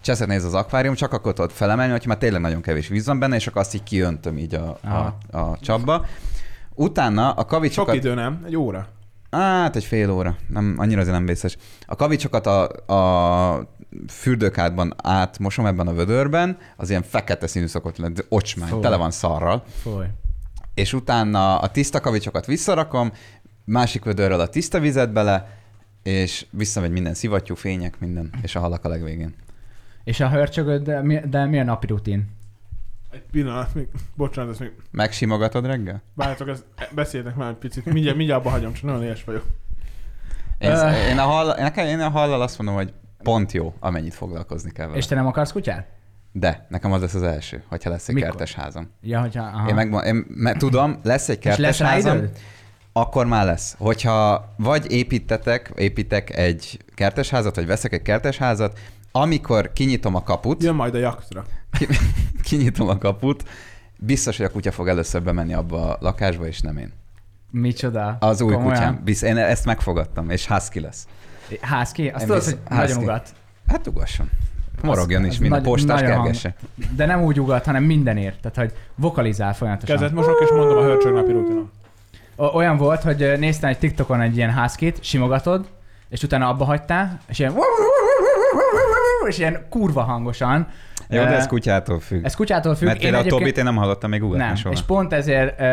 cseszet néz az akvárium, csak akkor tudod felemelni, hogyha már tényleg nagyon kevés víz van benne, és akkor azt így kiöntöm így a,
Aha.
a, a csapba. Utána a
Sok
kavicsokat...
idő, nem? Egy óra.
Hát egy fél óra, nem, annyira azért nem vészes. A kavicsokat a, a fürdőkádban átmosom ebben a vödörben, az ilyen fekete színű szokott lenni, de ocsmány,
Fú.
tele van szarral,
Foly.
és utána a tiszta kavicsokat visszarakom, másik vödörrel a tiszta vizet bele, és visszamegy minden szivattyú, fények, minden, és a halak a legvégén.
És a hörcsögöd, de mi, de mi a napi rutin?
Egy pillanat, még, bocsánat, ezt még
Megsimogatod reggel?
Várjátok, ez, beszéltek már egy picit, mindjárt, mindjárt abba hagyom, csak nagyon éhes vagyok.
Én,
Öh.
én, a hal, nekem, én a hallal azt mondom, hogy pont jó, amennyit foglalkozni kell vele.
És te nem akarsz kutyát?
De nekem az lesz az első, hogyha lesz egy
Mikor?
kertes házam.
Ja, hogyha... Aha.
Én, meg, én me, tudom, lesz egy
és lesz rá
kertesházam,
időd?
akkor már lesz. Hogyha vagy építetek, építek egy kertesházat, vagy veszek egy kertesházat, amikor kinyitom a kaput,
Jön majd a jaktra.
[LAUGHS] kinyitom a kaput, biztos, hogy a kutya fog először bemenni abba a lakásba, és nem én.
Micsoda?
Az új
Komolyan?
kutyám. Bizt, én ezt megfogadtam, és husky lesz.
Házki? Azt
Én
tudod,
visz-
hogy nagyon
házki.
ugat.
Hát ugasson. Morogjon
Az-
is,
az
mint a
nagy-
postás
nagyon hang-
kergesse.
De nem úgy ugat, hanem mindenért. Tehát, hogy vokalizál folyamatosan.
Kezet mosok, és mondom a hörcsög napi rutinom.
O- olyan volt, hogy ö, néztem egy TikTokon egy ilyen házkét, simogatod, és utána abba hagytál, és ilyen és ilyen kurva hangosan.
Jó, de
Ö,
ez kutyától függ.
Eh, ez kutyától függ.
Mert
Én
például a
egyébként-
Tobit én nem hallottam még ugatni
nem,
soha.
és pont ezért ö,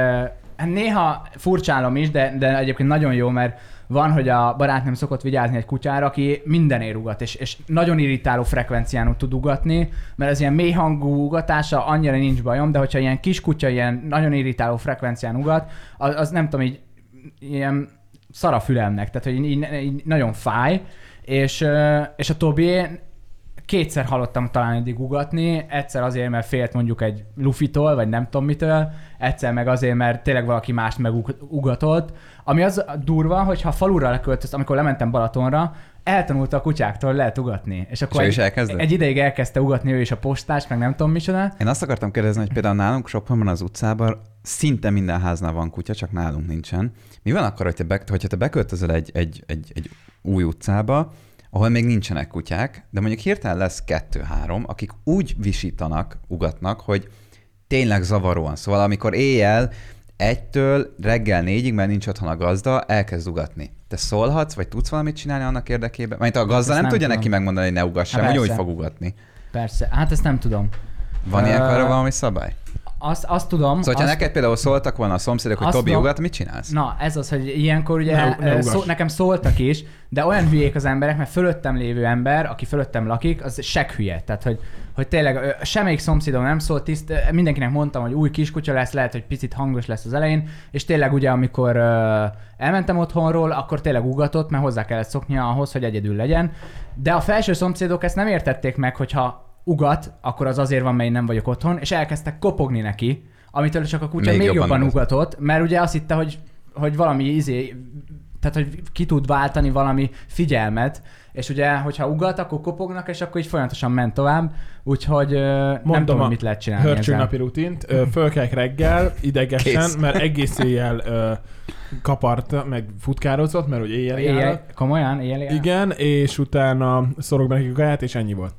hát néha furcsálom is, de, de egyébként nagyon jó, mert van, hogy a barátnőm szokott vigyázni egy kutyára, aki mindenért ugat, és, és nagyon irritáló frekvencián tud ugatni, mert az ilyen mély hangú ugatása annyira nincs bajom, de hogyha ilyen kis kutya ilyen nagyon irritáló frekvencián ugat, az, az nem tudom, így ilyen szar a fülemnek, tehát hogy így, így nagyon fáj, és, ö, és a Tobi kétszer hallottam talán eddig ugatni, egyszer azért, mert félt mondjuk egy lufitól, vagy nem tudom mitől, egyszer meg azért, mert tényleg valaki mást megugatott, ami az durva, hogy ha falura leköltözt, amikor lementem Balatonra, eltanulta a kutyáktól, hogy lehet ugatni. És
És
akkor
ő
egy,
is elkezdett?
egy, ideig elkezdte ugatni ő is a postás, meg nem tudom micsoda.
Én azt akartam kérdezni, hogy például nálunk Sopronban az utcában szinte minden háznál van kutya, csak nálunk nincsen. Mi van akkor, hogyha, be, hogyha te beköltözöl egy, egy, egy, egy új utcába, ahol még nincsenek kutyák, de mondjuk hirtelen lesz kettő-három, akik úgy visítanak, ugatnak, hogy tényleg zavaróan. Szóval amikor éjjel egytől reggel négyig, mert nincs otthon a gazda, elkezd ugatni. Te szólhatsz, vagy tudsz valamit csinálni annak érdekében? Mert a gazda
Ezt
nem,
nem
tudja
tudom.
neki megmondani, hogy ne ugassam,
Há,
hogy úgy
persze.
fog ugatni.
Persze, hát ezt nem tudom.
Van
Ö,
ilyenkor arra valami szabály?
Azt, azt tudom.
Szóval, ha
azt...
neked például szóltak volna a szomszédok, hogy
Azt
Tobi
mondom-
ugat, mit csinálsz?
Na, ez az, hogy ilyenkor ugye
Ne- ne
ne,
ugass.
szó, nekem szóltak is, de olyan hülyék az emberek, mert fölöttem lévő ember, aki fölöttem lakik, az seg hülye. Tehát, hogy, hogy tényleg ö, semmelyik szomszédom nem szólt, tiszt, ö, mindenkinek mondtam, hogy új kiskutya lesz, lehet, hogy picit hangos lesz az elején, és tényleg ugye, amikor ö, elmentem otthonról, akkor tényleg ugatott, mert hozzá kellett szoknia ahhoz, hogy egyedül legyen. De a felső szomszédok ezt nem értették meg, hogyha ugat, akkor az azért van, mert én nem vagyok otthon, és elkezdtek kopogni neki, amitől csak a kutya
Még
még, még
jobban
jobban
ugat.
ugatott, mert ugye azt hitte, hogy hogy valami izé tehát hogy ki tud váltani valami figyelmet, és ugye, hogyha ugat, akkor kopognak, és akkor így folyamatosan ment tovább, úgyhogy ö, nem
Mondom
tudom,
a
hogy mit lehet csinálni
Hörcső
ezzel.
napi rutint, ö, fölkelek reggel idegesen,
Kész.
mert egész éjjel ö, kapart, meg futkározott, mert ugye éjjel, éjjel.
Éjjel, komolyan, éjjel, éjel.
Igen, és utána szorog be nekik a kaját, és ennyi volt.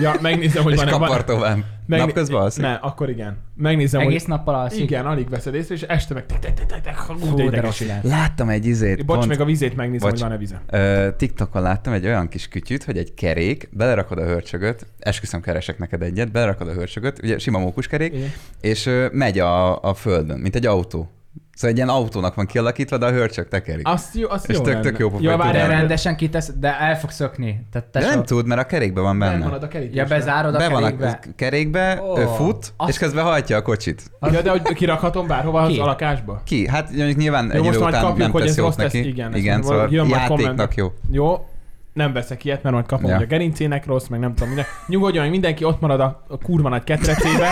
Ja, megnézem, hogy
és
van-e...
kapar
van-
tovább.
megné-
Napközben alszik?
Ne, akkor igen. Megnézem,
Egész
hogy...
nappal alszik.
Igen, alig veszed észre, és este meg... tek, tek, tek, tek, tek, hú,
Fú,
de
de
ideges.
rossz lehet.
Láttam egy izét,
Bocs,
pont
meg a vizét megnézem,
Bocs.
hogy van-e vize.
Ö, TikTokon láttam egy olyan kis kütyüt, hogy egy kerék, belerakod a hörcsögöt, esküszöm, keresek neked egyet, belerakod a hörcsögöt, ugye sima mókuskerék,
Igen.
és ö, megy a, a földön, mint egy autó. Szóval egy ilyen autónak van kialakítva, de a hörcsög tekerik.
Azt jó, azt
És
jó
tök-
lenne.
tök jó pofa,
Ja,
hogy
várj,
De
tudod.
rendben.
rendesen kitesz, de el fog szökni. Tehát te
De
so-
nem tud, mert a kerékben van benne.
Megmarad a kerítés.
Ja, bezárod
Be
a
van
kerékbe.
a kerékbe,
Ó,
oh, fut,
azt-
és közben hajtja a kocsit.
Az... Ja, de hogy kirakhatom bárhova az
Ki?
a lakásba.
Ki? Hát mondjuk nyilván
Jó,
egy idő
most majd
után
kapjuk,
nem
hogy ez
tesz
rossz
jót
tesz.
neki.
Igen, ezt
igen
mondom,
szóval
jön majd
játéknak
kommentbe.
jó.
Jó, nem veszek ilyet, mert majd kapom,
Ja.
ja. hogy a gerincének rossz, meg nem tudom minden. Nyugodjon, meg mindenki ott marad a, a kurva nagy ketrecébe.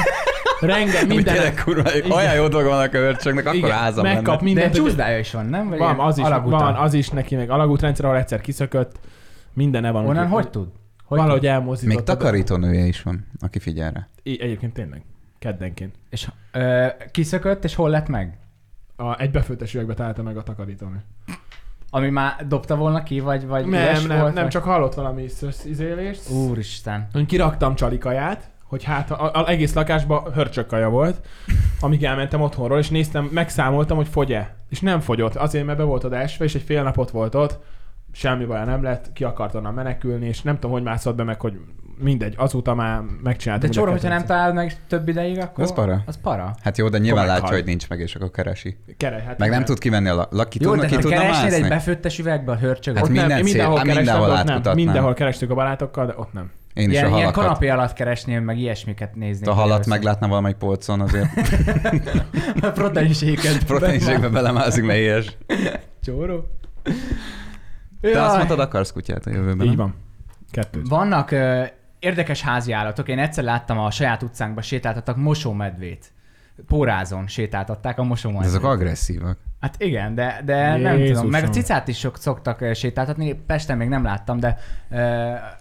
Renge,
Ami
minden.
tényleg kurva, olyan jó dolgok vannak a hörcsögnek, akkor házam lenne.
megkap
De
mindent. hogy-
csúszdája is van, nem? Vagy
Van,
ilyen
az is,
alagúta?
van, az is neki, meg alagútrendszer, ahol egyszer kiszökött. Mindene van.
Onnan
úgyhogy
hogy tud? Hogy tud?
Valahogy elmozdított.
Még takarítónője is van, aki figyel rá.
Egyébként tényleg. Keddenként.
És ö, kiszökött, és hol lett meg?
A, egy befőttes üvegbe találta meg a takarítónő.
Ami már dobta volna ki, vagy, vagy üres
Nem, nem,
volt,
nem,
vagy-
csak hallott valami szösz- izélést.
Hát
Úristen.
Én kiraktam csalikaját, hogy hát a, a, egész lakásban hörcsökkaja volt, amíg elmentem otthonról, és néztem, megszámoltam, hogy fogy-e. És nem fogyott, azért, mert be volt oda esve, és egy fél napot volt ott, semmi baj nem lett, ki akart onnan menekülni, és nem tudom, hogy mászott be meg, hogy mindegy, azóta már megcsináltam.
De
ugye a
csóra, hogyha nem
kedvencet.
találod meg több ideig, akkor...
Az para.
Az para.
Hát jó, de nyilván
Akkor
látja,
meghal.
hogy nincs meg, és akkor keresi.
Kerej, hát
Meg nem
igen.
tud kimenni a lak... Ki
Jó,
tudna,
de
ki
ha
tudna
keresnél egy
mászni?
befőttes üvegbe a hörcsögöt.
Hát
Ott nem,
minden
én
szép-
mindenhol,
hát
kerestem,
mindenhol
de ott nem,
átkutatnám.
mindenhol kerestük a barátokkal, de ott nem.
Én is a
ilyen, ilyen
halakat.
kanapé alatt keresnél, meg ilyesmiket nézni.
A halat meglátna valamelyik polcon, azért [LAUGHS]
[LAUGHS] A proteinséket.
proteinségbe belemászik, mert éhes.
Csóró?
Te azt mondtad, akarsz kutyát a jövőben,
Így
nem?
van. Kettőt.
Vannak ö, érdekes háziállatok. Én egyszer láttam a saját utcánkban sétáltattak mosómedvét. Pórázon sétáltatták a
De
mosómedvét.
Ezek agresszívak.
Hát igen, de, de nem tudom.
Jézusom.
Meg a cicát is sok szoktak ö, sétáltatni. Pesten még nem láttam, de ö,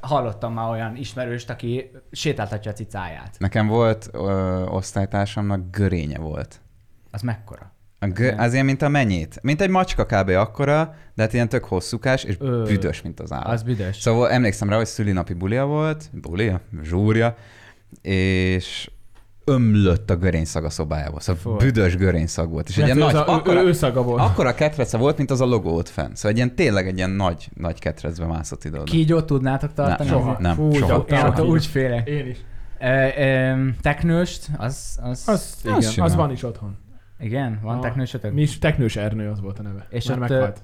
hallottam már olyan ismerőst, aki sétáltatja a cicáját.
Nekem volt ö, osztálytársamnak görénye volt.
Az mekkora?
A gö- az ilyen, mint a menyét. Mint egy macska kb. akkora, de hát ilyen tök hosszúkás, és
Ö,
büdös, mint az állat.
Az büdös.
Szóval emlékszem rá, hogy szülinapi bulia volt, bulia, zsúrja, és ömlött a görényszag a szobájába. Szóval
Fú.
büdös görényszag volt. És egy
Lehet,
ilyen
hogy
nagy,
az a- ő,
akkora,
ő, őszaga volt.
akkora ketrece volt, mint az a logó ott fenn. Szóval egy ilyen, tényleg egy ilyen nagy, nagy ketrecbe mászott ide Ki...
Kígyót tudnátok tartani?
Nem,
Soha.
nem,
Fú,
soha.
de ott
Én
állt
attól
a-
úgy félek.
Én is.
Ö, ö, teknőst, az, az,
Az,
Az
igen,
simán.
az van is otthon.
igen, van
A-
teknősötök?
Mi is Teknős Ernő az volt a neve.
És
És Már
ott,
meghalt.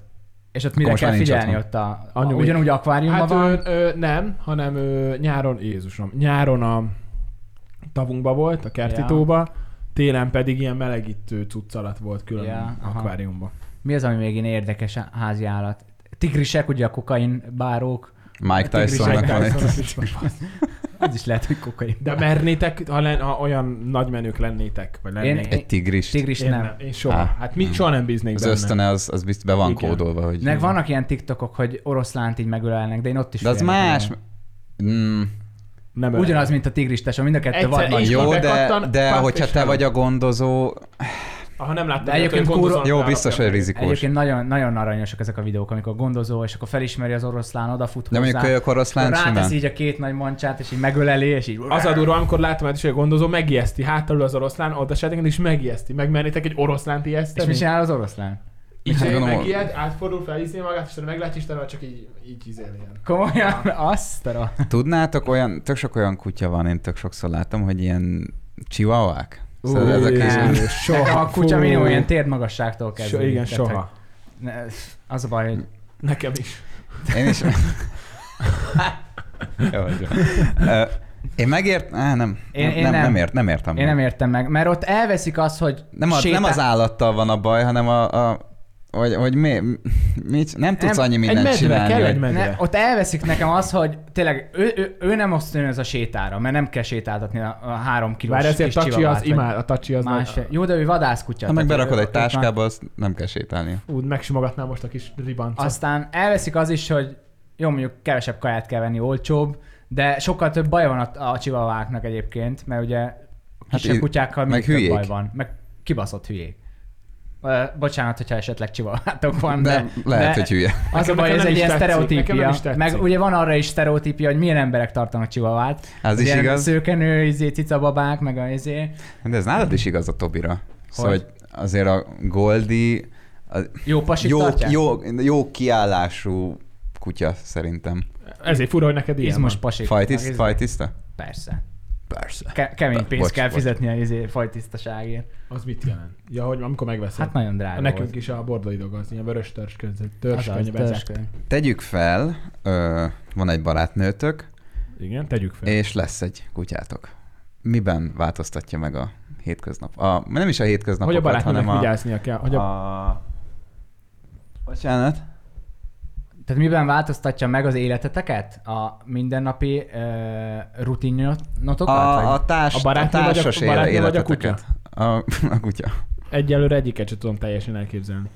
És ott mire
most már
kell
nincs
figyelni
otthon.
ott a, a
Anyumi.
ugyanúgy akváriumban
Hát
van?
ő, ő, nem, hanem ő, nyáron, Jézusom, nyáron a tavunkba volt, a kerti
Ja.
tóba, télen pedig ilyen melegítő cucc alatt volt külön
Ja, aha.
akváriumban.
Mi az, ami még ilyen érdekes á- házi állat? Tigrisek, ugye a kokain bárók.
Mike Tysonnak van egy.
Az is lehet, hogy kokain.
De mernétek, ha, len, ha olyan nagy menők lennétek, vagy lennék.
Én-
egy tigris.
Tigris
én
nem.
nem. Én soha.
Á.
Hát mi
Hmm.
soha nem bíznék
Az
benne.
ösztöne, az, az biztos be van
Igen.
kódolva, hogy...
Meg vannak ilyen tiktokok, hogy oroszlánt így megölelnek, de én ott is
De az
félek,
más...
igen.
Mm,
Nem öreg.
Ugyanaz, mint a tigris tesó, mind a kettő
Egyszer
vad
is
nagy.
van.
jó, de,
bekattan,
de
paf,
hogyha
és
te
el.
vagy a gondozó,
Ha nem láttam,
De egyébként
akkor
kurva-
gondozom,
jó,
rá
biztos,
raktam
hogy
őket.
rizikós.
Egyébként nagyon, nagyon aranyosak ezek a videók, amikor gondozó, és akkor felismeri az oroszlán, odafut
De mondjuk
hozzá,
kölyök oroszlán
akkor rátesz
simán.
így a két nagy mancsát, és így megöleli, és így...
Az a durva, amikor látom, hogy a gondozó megijeszti, hátalul az oroszlán, oda sejtenek, és megijeszti. Megmernétek egy oroszlánt
És
ijeszteni?
mit csinál az oroszlán?
Így
Hát
hát,
gondolom,
megijed, átfordul, felizé magát, és meglátja, és te már csak így, így izél ilyen.
Komolyan? [LAUGHS] Azt a...
Tudnátok, olyan, tök sok olyan kutya van, én tök sokszor látom, hogy ilyen csivavák. Szóval
Ú,
ezek
nem.
is...
Soha.
Nekem a kutya
Fú.
minimum ilyen térmagasságtól
So,
kezdődik.
igen,
Tehát,
soha.
hogy ne- Az a baj, hogy
Nekem is.
Én is... jó, jó. Ö, Én megért... Á, nem.
Én-
nem,
én
nem,
nem.
nem, ért, nem értem.
én nem értem meg, mert ott elveszik azt, hogy
nem, az,
sétál-
nem az állattal van a baj, hanem a, a hogy, hogy mi, mit, nem tudsz
Nem,
annyi mindent
medve,
csinálni.
kell egy
hogy-
medve.
Ne, ott elveszik nekem az, hogy tényleg ő, ő, ő nem azt jön ez a sétára, mert nem kell sétáltatni a, a három kilós
Várj, ezért
kis
tacsi
csivavát,
az
vagy
imád, a tacsi az
Más,
nagy,
jó, de ő vadászkutya.
ha meg
tehát
berakod
ő-
egy
ott már-
táskába, azt nem kell sétálni.
úgy megsimogatnám most a kis ribancot.
Aztán elveszik az is, hogy jó, mondjuk kevesebb kaját kell venni, olcsóbb, de sokkal több baj van a, a csivaváknak egyébként, mert ugye kisebb
í-
hát kutyákkal
meg
még több
hülyék.
baj van, meg kibaszott hülyék. Ö, Bocsánat, hogyha esetleg csivavátok van, de,
De, lehet,
de
hogy hülye.
az a
Nekem-
baj,
nekem
ez
nem
egy
is
ilyen
tetszik, nekem nem
sztereotípia.
is tetszik.
Meg ugye van arra is sztereotípia, hogy milyen emberek tartanak csivavát.
Az is
Ilyen
igaz.
Szőkenő, izé, cicababák, meg a izé.
De ez nálad is igaz a Tobira. Szóval
Hogy?
hogy azért a Goldi a
Jó pasik
jó,
tartják?
jó, jó kiállású kutya szerintem.
Ezért fura, hogy neked ilyen
Izmos
van.
pasik.
Fajtiszt,
Meg
fajtiszta?
Persze.
Persze.
Ke- kemény
Bocs,
pénzt kell
bocs.
fizetni a izé, fajtisztaságért.
Az mit jelent? Ja, hogy amikor megveszed.
Hát nagyon drága
Nekünk
volt.
is a bordai dolog az, ilyen vörös törzs között,
Az az,
törzskönyv ezek.
törzskönyv.
Tegyük fel, ö, van egy barátnőtök,
Igen, tegyük fel.
és lesz egy kutyátok. Miben változtatja meg a hétköznap? A, nem is a
Hogy a
hétköznapokat,
barátnak
hanem a...
vigyáznia kell. Hogy a...
a... Bocsánat.
Tehát miben változtatja meg az életeteket? A mindennapi ö, rutinnotokat?
A,
vagy?
a, társ,
A
a,
barátnő vagy a-
társas
a barátnő vagy a
életeteket. A, a [LAUGHS] kutya.
Egyelőre egyiket sem tudom teljesen elképzelni.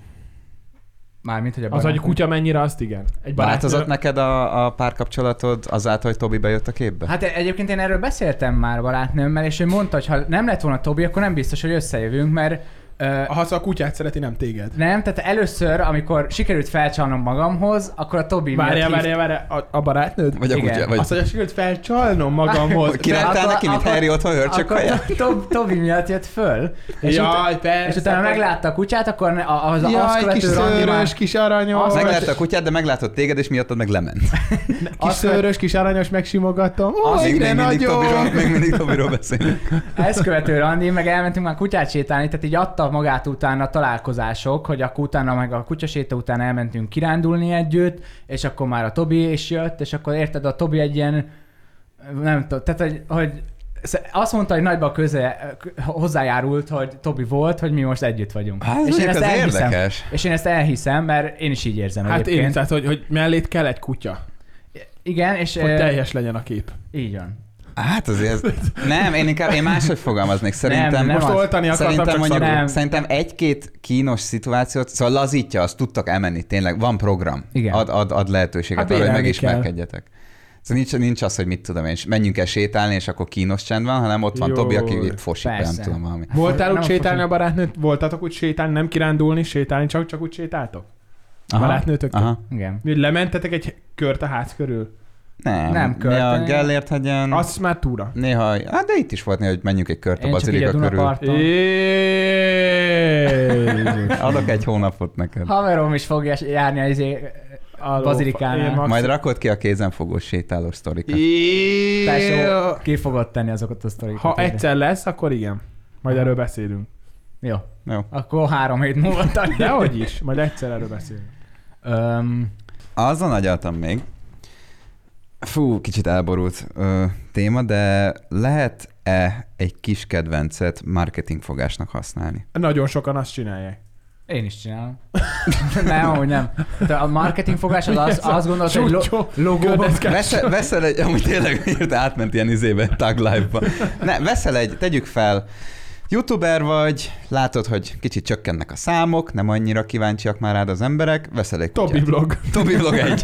Mármint, hogy a
Az, hogy
barátnő-
kutya mennyire, azt igen. Egy
Változott
barátnő-
neked a, a párkapcsolatod azáltal, hogy Tobi bejött a képbe?
Hát e- egyébként én erről beszéltem már a barátnőmmel, és ő mondta, hogy ha nem lett volna Tobi, akkor nem biztos, hogy összejövünk, mert ö,
Ha az a kutyát szereti, nem téged.
nem, tehát először, amikor sikerült felcsalnom magamhoz, akkor a Tobi miatt
Várjál,
hív-
várjál, várjál, a, a barátnőd?
Vagy a
igen.
kutya?
Azt
Vagy...
mondja, sikerült felcsalnom magamhoz.
[LAUGHS] Hogy Királtál
Akkor-
neki, mint
akkor-
Harry otthon hörcsök
akkor
kaját?
To- Tob- Tobi miatt jött föl. És, utána,
Jaj, persze.
és utána meglátta a kutyát, akkor ne- a- az azt
Jaj, kis
követő randi már-
szőrös, kis aranyos.
Azt-
Meglátta a kutyát, de meglátott téged, és miattad meg lement.
Kis
azt-
szőrös, kis aranyos, megsimogatom. Ó,
még,
egyre
még, mindig
nagyobb.
Tobiról, még mindig Tobiról beszélünk.
Ezt követő randi, meg elmentünk már kutyát sétálni, tehát így adta magát utána találkozások, hogy akkor utána meg a kutyaséta után elmentünk kirándulni együtt, és akkor már a Tobi is jött, és akkor érted, a Tobi egy ilyen, nem tudom, tehát hogy, hogy sz- azt mondta, hogy nagyban köze hozzájárult, hogy Tobi volt, hogy mi most együtt vagyunk.
Hát ez
és én
mondjuk
ezt
az
elhiszem.
érdekes.
És én ezt elhiszem, mert én is így érzem
Hát
egyébként.
én, tehát, hogy, hogy mellét kell egy kutya,
Igen, és...
hogy
ö,
teljes legyen a kép.
Így van.
Hát azért ez... Nem, én inkább én máshogy fogalmaznék. Szerintem
Nem, nem
Most
az.
oltani akartam,
Szerintem,
csak
mondjuk,
mondjuk...
szarul.
szerintem egy-két kínos szituációt, szóval lazítja, azt tudtak emelni, tényleg van program.
Igen.
Ad, ad, ad lehetőséget
Hát
arra, hogy
bérelni
megismerkedjetek. Szóval nincs, nincs az, hogy mit tudom én, és menjünk el sétálni, és akkor kínos csend van, hanem ott van
Jó.
Tobi, aki itt fosik, be, nem
Persze.
tudom valami.
Voltál
Nem
úgy sétálni a
fogom.
barátnőt? Voltatok úgy sétálni, nem kirándulni, sétálni, csak, csak úgy sétáltok? A barátnőtök?
Aha.
Igen.
Úgy lementetek egy kört a ház körül?
Nem,
Nem
nem
költeni.
néha Gellért hegyen,
Az is már túra.
néha, hát de itt is volt néha, hogy menjünk egy kört a
Én csak így a
bazilika körül.
Dunaparton.
[LAUGHS]
Jézus.
Adok egy hónapot neked.
Haverom is fogja járni az izé, a
Aló,
bazilikára.
én ma-
Majd rakod ki a kézenfogós sétálós sztorikat.
Tesó, ki fogod tenni azokat a sztorikat?
Ha
ide?
egyszer lesz, akkor igen. Majd erről beszélünk.
Jó.
Jó.
Akkor három hét múlva tanulj.
Dehogy is, majd egyszer erről beszélünk.
Öm,
Azon agyaltam még. Fú, kicsit elborult ö, téma, de lehet-e egy kis kedvencet marketingfogásnak használni?
Nagyon sokan azt csinálják.
én is csinálom. nem, amúgy nem. Te a marketing fogás az, az azt gondolod, hogy lo-
Csúcsó.
logó.
Veszel, veszel egy, amúgy tényleg miért átment ilyen izébe, tag life-ba. Ne, veszel egy, tegyük fel, youtuber vagy, látod, hogy kicsit csökkennek a számok, nem annyira kíváncsiak már rád az emberek, veszel egy
Tobi
kutyát.
vlog.
Tobi vlog egy.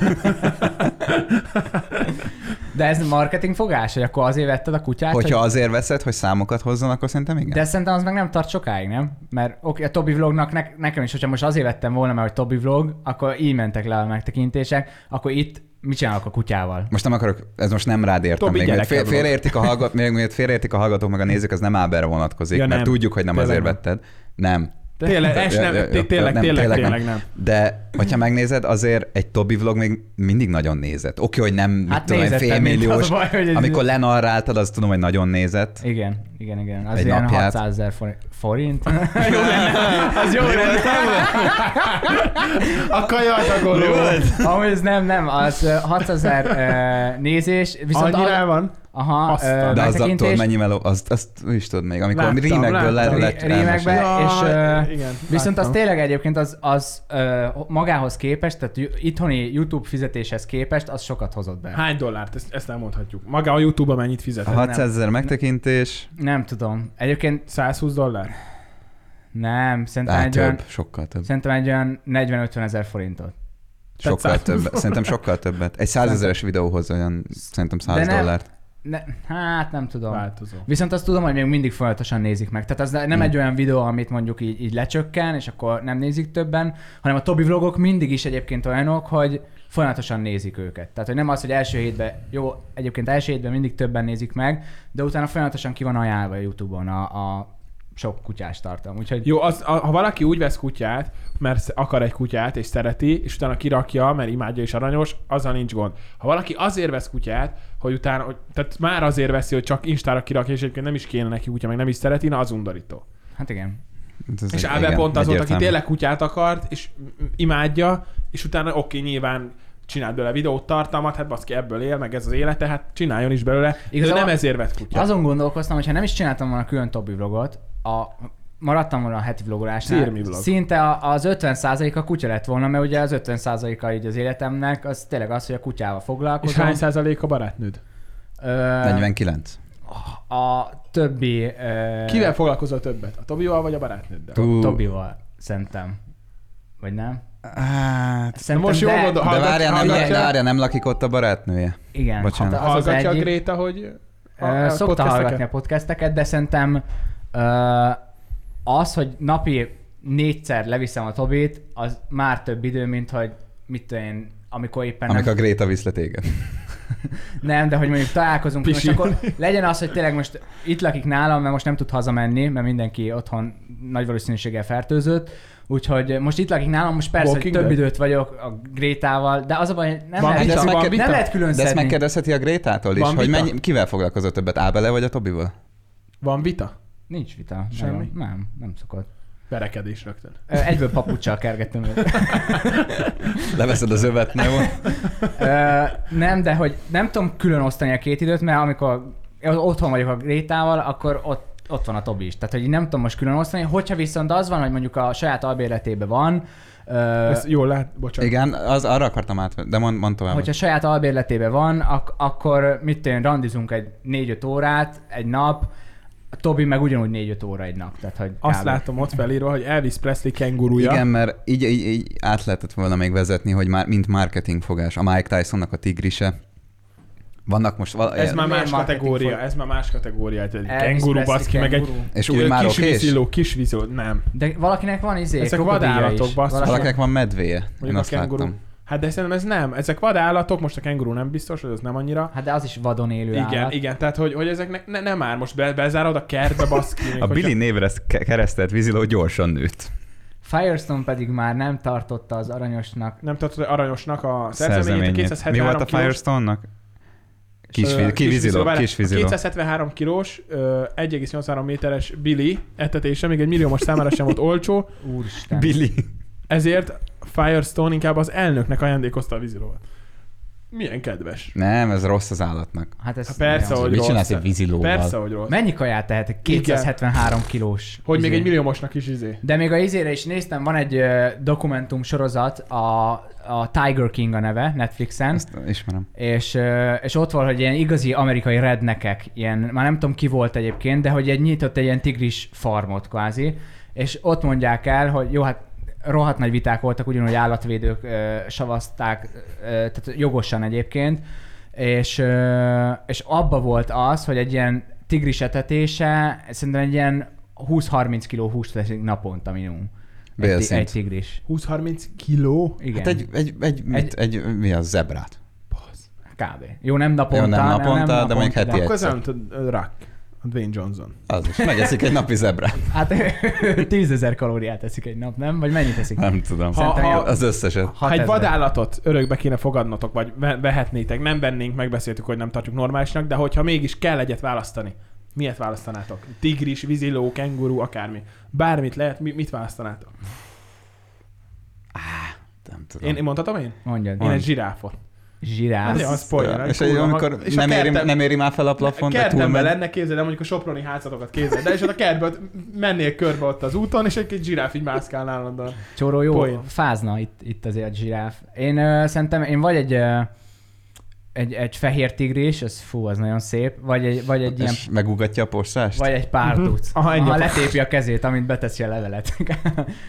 De ez marketing fogás, hogy akkor azért vetted a kutyát?
Hogyha
hogy...
azért veszed, hogy számokat hozzon, akkor szerintem igen.
De szerintem az meg nem tart sokáig, nem? Mert oké, okay, a Tobi vlognak ne- nekem is, hogyha most azért vettem volna, mert hogy Tobi vlog, akkor így mentek le a megtekintések, akkor itt mit csinálok a kutyával?
Most nem akarok, ez most nem rád értem
Tobi,
még. Fél,
gyereke vlog.
félreértik, a hallgat, még, még félreértik a hallgatók, meg a nézők, ez nem Áberre vonatkozik,
Ja,
ja, mert
nem.
nem. tudjuk, hogy nem
Tényleg
azért
nem.
vetted. Nem.
Tényleg,
Ja,
es
ja,
nem,
ja,
té- tényleg,
nem,
tényleg,
tényleg nem.
tényleg nem.
De, hogyha megnézed, azért egy Tobi vlog még mindig nagyon nézett. Oké, hogy nem, hát
Hát
tudom, én,
nézett,
fél
mint az a
milliós.
baj, hogy ez...
Amikor lenarráltad, azt tudom, hogy nagyon nézett.
Igen. Igen, igen. Az
Egy
Egy ilyen
napját.
600 ezer
[LAUGHS]
forint.
jó lenne. Az jó lenne. A kajatagoló.
[LAUGHS] Amúgy ez nem, nem, az ö, 600 ezer ö, nézés, viszont
Annyira el
a,
van?
aha,
Aztán.
ö,
De az attól
betekintés,
mennyi meló, azt, azt ő is tudod még, amikor
Láttam,
rímekből le,
láttam.
lett
Rí- rímekbe-
elmesélve.
Be- és, ö,
igen,
Viszont az
láttam.
tényleg egyébként az, az ö, magához képest, tehát ju- itthoni YouTube fizetéshez képest, az sokat hozott be.
Hány dollárt? Ezt, ezt elmondhatjuk. Maga a YouTube-a mennyit fizet?
A 600 ezer megtekintés,
Nem tudom. Egyébként
120 dollár?
nem, szerintem
á,
egy olyan,
több, sokkal több.
szerintem egy olyan 40-50 ezer forintot.
Sokkal
Tehát száz-
többet. Szerintem sokkal többet. Egy százezeres videóhoz olyan szerintem
De
100
nem-
dollárt.
Ne, hát nem tudom.
Változó. Hm.
Viszont azt tudom, hogy még mindig folyamatosan nézik meg. Tehát az nem
Hmm.
egy olyan videó, amit mondjuk így, így lecsökken, és akkor nem nézik többen, hanem a Tobi vlogok mindig is egyébként olyanok, hogy folyamatosan nézik őket. Tehát, hogy nem az, hogy első hétben, jó, egyébként első hétben mindig többen nézik meg, de utána folyamatosan ki van ajánlva a Youtube-on a, a sok kutyás tartalom. Úgyhogy
Jó, az, a, ha valaki úgy vesz kutyát, mert sz- akar egy kutyát, és szereti, és utána kirakja, mert imádja és aranyos, azzal nincs gond. Ha valaki azért vesz kutyát, hogy utána, hogy, tehát már azért veszi, hogy csak Instára kirakja, és egyébként nem is kéne neki kutya, meg nem is szereti, na az undorító.
hát igen.
Hát ez
És
egy-
Ábel
igen,
pont az volt, aki
egyértelmű.
tényleg kutyát akart, és m- m- imádja, és utána oké, nyilván csinált belőle videót, tartalmat, hát baszki, ebből él, meg ez az élete, hát csináljon is belőle. Igazából
Igazából-
nem ezért vett kutyát.
Azon gondolkoztam, hogy ha nem is csináltam volna külön Tobi vlogot, a, maradtam volna a heti vlogolásnál.
Szirmi vlog.
Szinte a- az 50 a kutya lett volna, mert ugye az 50 a így az életemnek, az tényleg az, hogy a kutyával
És
foglalkozom.
hány százalék a barátnőd?
Ö,
49.
A többi... Ö,
Kivel foglalkozol többet? A Tobival vagy a barátnőddel?
Tú-
Tobival, szerintem. Vagy nem?
Hát,
Szerintem,
most jól gondol-
de
Hallgat-
várjál, nem,
hallgatja?
de várjál, nem lakik ott a barátnője.
Igen.
Bocsánat.
hát az az
Hallgatja a
egyik.
Gréta, hogy
Ö, Szokta
podcasteket?
hallgatni a podcasteket, de szerintem ö, az, hogy napi négyszer leviszem a Tobit, az már több idő, mint hogy mit tudom én, amikor éppen nem,
Amikor a Gréta visz le téged.
nem, de hogy mondjuk találkozunk, most
Pisi.
akkor legyen az, hogy tényleg most itt lakik nálam, mert most nem tud hazamenni, mert mindenki otthon nagy valószínűséggel fertőzött, úgyhogy most itt lakik nálam, most persze, hogy
Walking
több
Dead?
időt vagyok a Grétával, de az a baj, hogy nem
Van
lehet,
vita?
nem
Van
lehet-
vita?
nem lehet külön
De ezt
szedni.
megkérdezheti a Grétától is,
Van
hogy
vita?
mennyi, kivel foglalkozott többet, Ábele vagy a Tobival?
Van vita?
Nincs vita.
Semmi?
nagyon. Nem, nem szokott.
Verekedés rögtön.
Ö, Egyből papucsal kergettem őt.
Leveszed az övet, nem?
[LAUGHS]
Ö, nem, de hogy nem tudom külön osztani a két időt, mert amikor én otthon vagyok a Grétával, akkor ott ott van a Tobi is. Tehát, hogy így nem tudom most külön osztani. Hogyha viszont az van, hogy mondjuk a saját albérletében van, ö,
Ezt jól lát, bocsánat.
Igen, az, arra akartam átvenni, de mond, mond tovább.
hogyha saját albérletében van, ak- akkor mit tudom, én, randizunk egy 4-5 órát egy nap, a Tobi meg ugyanúgy 4-5 óra egy nap. Tehát, hogy
Azt
kb.
látom ott felírva, hogy Elvis Presley kengurúja.
Igen, mert így, így, így át lehetett volna még vezetni, hogy már mint marketing fogás. A Mike Tysonnak a tigrise. Vannak most val-
Ez már
Milyen
más
marketing
kategória,
fog-
ez már más kategória. Egy
Elvis
kenguru,
Presley
baszki, meg egy
kenguru.
És
ö,
úgy már
kis
oké.
víziló, kis víziló, nem.
De valakinek van izé,
Ezek
krokodilja
vadállatok,
is.
basszus.
Valaki-
Valakinek van medvéje. Én
Mondjuk a
azt
kenguru.
láttam.
Hát de szerintem ez nem. Ezek vadállatok, most a kenguru nem biztos, hogy ez nem annyira.
Hát de az is vadon élő
Igen,
állat.
igen, tehát hogy, hogy ezeknek ne, nem már most be, bezárod a kertbe, baszki. még
A
hogyha-
Billy névre ezt ke- keresztelt víziló gyorsan nőtt.
Firestone pedig már nem tartotta az aranyosnak
Nem tartod hogy aranyosnak a szerzeményét, a
Szerzeményét.
273
Mi volt a
kilós-
Firestone-nak? Kis,
Ö,
víz, kis víziló,
várjál,
kis
a
víziló.
273 kilós, ö, 1,83 méteres Billy etetése még egy milliómos számára sem volt olcsó,
Úristen.
Billy.
ezért Firestone inkább az elnöknek ajándékozta a vízilót. Milyen kedves.
Nem, ez rossz az állatnak.
Hát ez
Hát persze,
nagyon-
hogy
Mit
rossz.
csinálsz egy vízilóval?
Persze, hogy rossz.
Mennyi kaját tehetek? 273 kilós.
Hogy még
izé.
egy milliómosnak is izé.
De még a izére is néztem, van egy ö, dokumentum sorozat, a, a Tiger King a neve Netflixen,
Ezt ismerem.
és, ö, és ott van, hogy ilyen igazi amerikai rednekek, ilyen, már nem tudom ki volt egyébként, de hogy egy nyitott egy ilyen tigris farmot kvázi, és ott mondják el, hogy jó, hát rohadt nagy viták voltak, ugyanúgy állatvédők ö, savazták, ö, tehát jogosan egyébként, és, ö, és abba volt az, hogy egy ilyen tigris etetése, szerintem egy ilyen 20-30 kiló húst veszik naponta minimum. Egy,
Bélszint.
egy tigris.
20-30 kiló?
Igen.
Hát egy, egy, egy, mit, egy, mi az zebrát?
Kb. Jó, nem naponta.
Jó, nem naponta, de mondjuk heti
Akkor ez
Egyszer.
nem tud, ö, Rock. A Dwayne Johnson.
Az is. Megeszik egy napi zebrát. [LAUGHS]
Hát [LAUGHS] tízezer kalóriát eszik egy nap, nem? Vagy mennyit Hát, eszik?
Nem tudom.
Ha- ha-
Az összeset.
Ha egy
6000.
vadállatot örökbe kéne fogadnotok, vagy ve- vehetnétek, nem vennénk, megbeszéltük, hogy nem tartjuk normálisnak, de hogyha mégis kell egyet választani, Miért választanátok? Tigris, víziló, kenguru, akármi. Bármit lehet, mi, mit választanátok?
Nem tudom.
Én, én mondhatom én?
Mondjad.
Én
Mond.
egy zsiráfot. Hát
Zsirász.
jó, az spoiler.
és
kurva,
amikor
és a
nem, éri,
kertem-
nem éri már fel a plafon, de
kertemben
túlmegy.
lenne, képzeld el, mondjuk a soproni házatokat képzeld el, és ott a kertből mennél körbe ott az úton, és egy kis zsiráf így mászkálnál állandóan.
Csóró jó,
Poén.
fázna itt, itt azért zsiráf. Én ö, szerintem, én vagy egy, ö, egy, egy fehér tigris, az fú, az nagyon szép, vagy egy, vagy egy ilyen
És megugatja a postást?
vagy egy párduc.
Mhm. Aha, ennyi
Ha
a-
letépi a kezét, amint beteszi a levelet. [LAUGHS]
Bár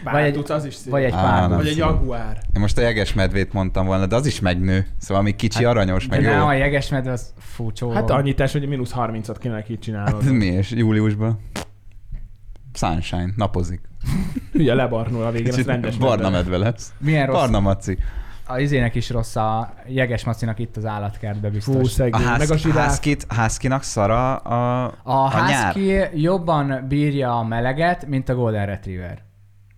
Vagy
vagy
egy-
tudsz, az is szép.
Vagy egy
Á,
párduc.
nem.
vagy egy jaguár.
Én most a jeges medvét mondtam volna, de az is megnő. Szóval ami kicsi, aranyos,
De
meg
nem,
jó.
a jegesmedve az fú, csóró.
Hát annyit tesz, hogy mínusz 30-at kéne neki
Hát
csinálnod.
ez mi és júliusban? Sunshine, napozik.
Ugye lebarnul a végén, ez
Kicsit
rendes
barna
medve.
medve lesz.
Milyen rossz?
Barna maci.
A izének is rossz a jeges macinak itt az állatkertbe
Fú,
biztos.
A
szegény. Meg a
ház, a
zsiráf.
házkit, házkinak szara a...
A
nyár.
husky jobban bírja a meleget, mint a golden retriever.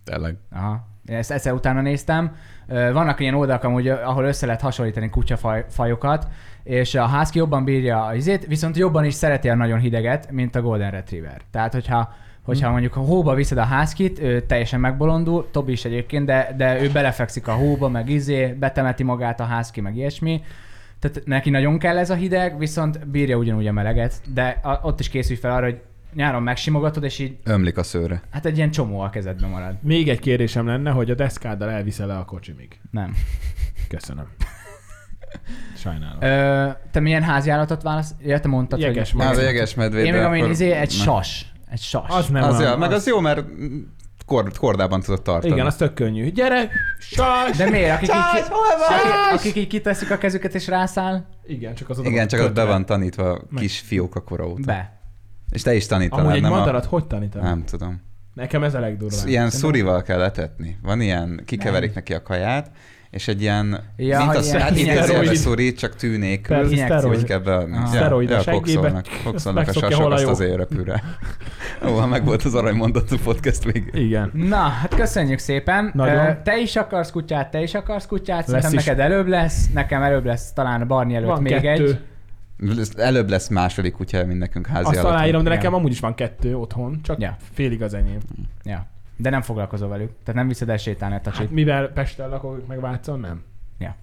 Tényleg.
Aha. Én Ezt egyszer utána néztem. Ö, Vannak ilyen oldalak amúgy, ahol össze lehet hasonlítani kutyafajokat, és a husky jobban bírja a izét, viszont jobban is szereti a nagyon hideget, mint a golden retriever. Tehát, hogyha Hogyha mondjuk a hóba viszed a hászkit, ő teljesen megbolondul, Tobi is egyébként, de, de ő belefekszik a hóba, meg izé, betemeti magát a hászki, meg ilyesmi. Tehát neki nagyon kell ez a hideg, viszont bírja ugyanúgy a meleget, de a, ott is készülj fel arra, hogy nyáron megsimogatod, és így,
Ömlik a szőre.
hát egy ilyen csomó a kezedben marad.
Még egy kérésem lenne, hogy a deszkáddal elviszel le a kocsimig.
Nem.
Köszönöm. Sajnálom.
Ö, te milyen háziállatot válasz? Ja, te mondtad,
Jeges
hogy...
maga.
Az
Jeges
a jeges medvét.
Én
de
még amin
akkor-
izé, egy
Na.
sas. Egy sas.
Az nem
Az,
van.
ja, meg az jó, mert mm, kord, kordában tudod tartani.
Igen, az tök könnyű. Gyere! Sas!
De miért? Akik, így,
Sas, hol vagy?
akik, akik így kiteszik a kezüket és rászáll?
Igen, csak az oda
Igen,
van
csak ott be
kötve.
van tanítva a kis fiók a kora óta.
Be.
És te is tanítanád,
Amúgy egy
nem? a-
madarat hogy tanítanak?
Nem tudom.
Nekem ez a legdurvább.
Ilyen
Szerintem-
szurival kell etetni. Van ilyen, kikeverik neki a kaját, és egy ilyen,
Ja,
ja, mint a
ilyen-
hát
ilyen
idézőjelben
szteroid.
szuri, csak tű nélkül.
Persze,
Injekció.
szteroid.
Úgy kell beadni.
Ah.
Szteroid a seggébe.
kokszolnak,
Azt
kokszolnak a
megszokja,
sasok,
hol a
azt
jó.
azért repül rá. Ó, ha meg volt az aranymondat a podcast végén.
Igen.
Na, hát köszönjük szépen.
Nagyon.
Ö, Te is akarsz kutyát, te is akarsz kutyát. Szerintem
is.
neked előbb lesz, nekem előbb lesz talán a Barni előtt
Van
még
kettő.
egy.
Ez Előbb lesz második kutya, mint nekünk házi
Azt
állatunk.
aláírom, de nekem
Igen.
amúgy is van kettő otthon, csak
Ja.
félig az enyém.
Ja. De nem foglalkozol velük. Tehát nem viszed el sétálni a
Hát
tacsit.
mivel Pesten lakok, meg Vácon, nem.
Ha-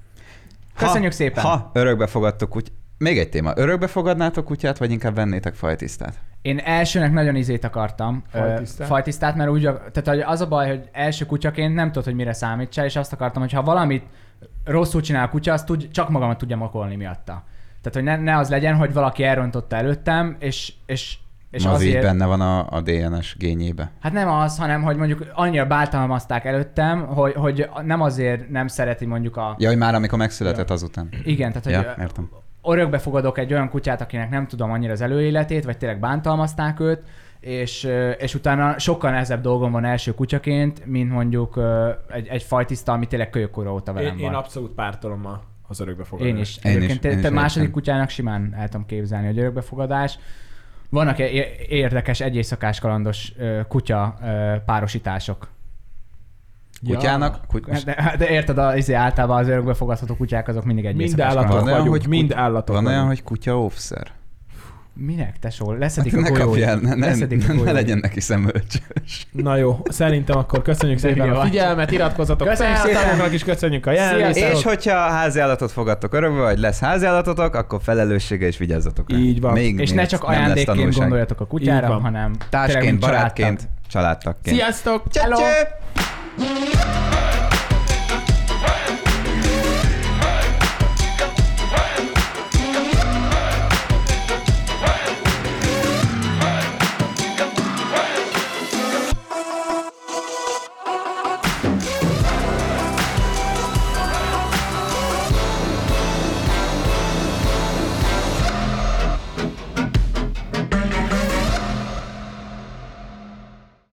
Köszönjük szépen.
Ha örökbe fogadtok kutyát, még egy téma. Örökbe fogadnátok kutyát, vagy inkább vennétek fajtisztát?
Én elsőnek nagyon izét akartam. ö,
Fajtisztát?
Fajtisztát, mert úgy, ak- tehát hogy az a baj, hogy első kutyaként nem tudod, hogy mire számítsál, és azt akartam, hogy ha valamit rosszul csinál a kutya, azt tud, csak magamat tudja makolni miatta. Tehát, hogy ne, ne az legyen, hogy valaki elrontotta előttem, és, és, és
És az
azért...
így benne van a, a DNS gényébe.
Hát nem az, hanem hogy mondjuk annyira bántalmazták előttem, hogy, hogy nem azért nem szereti mondjuk a...
Ja, hogy már amikor megszületett azután.
Igen, tehát hogy
Ja,
ö,
értem.
örökbe fogadok egy olyan kutyát, akinek nem tudom annyira az előéletét, vagy tényleg bántalmazták őt, és, ö, és utána sokkal nehezebb dolgom van első kutyaként, mint mondjuk ö, egy, egy fajtiszta, ami tényleg kölyökkora óta velem
Én, én
van.
abszolút pártolom a, az örökbe fogadás.
Én is.
Én is,
Egyébként te,
én is
te második
értem.
kutyának simán el tudom képzelni, hogy örökbefogadás. Vannak e- é- érdekes egy éjszakás kalandos ö, kutya ö, párosítások.
Ja.
Kutyának? Kuty... most
De, de érted, az, izé, általában az örökbefogadható kutyák azok mindig egy
Mind
éjszakás
állatok
kalandos.
Van olyan,
vagyunk,
hogy
mind állatok
Van olyan,
vagyunk.
hogy kutya óvszer.
Minek, tesó? Leszedik
Hát Ne
a golyóid.
kapjál, ne, ne,
Leszedik a
ne, ne
golyóid.
legyen neki szemölcsös.
Na jó, szerintem akkor köszönjük
De
szépen
jó.
a figyelmet, iratkozzatok
Köszönjük
fel,
szépen.
számoknak is köszönjük a
Sziasztok.
jelenlétet.
És hogyha háziállatot fogadtok örökbe, vagy lesz háziállatotok, akkor felelőssége is vigyázzatok rá.
Így van.
Még,
És
még
ne csak
nem lesz
ajándékként
tanulság.
gondoljatok a kutyára,
Így van.
hanem tényleg,
Társként,
mint
barátként, családtagként.
Sziasztok!
Csöp,
Hello.
csöp!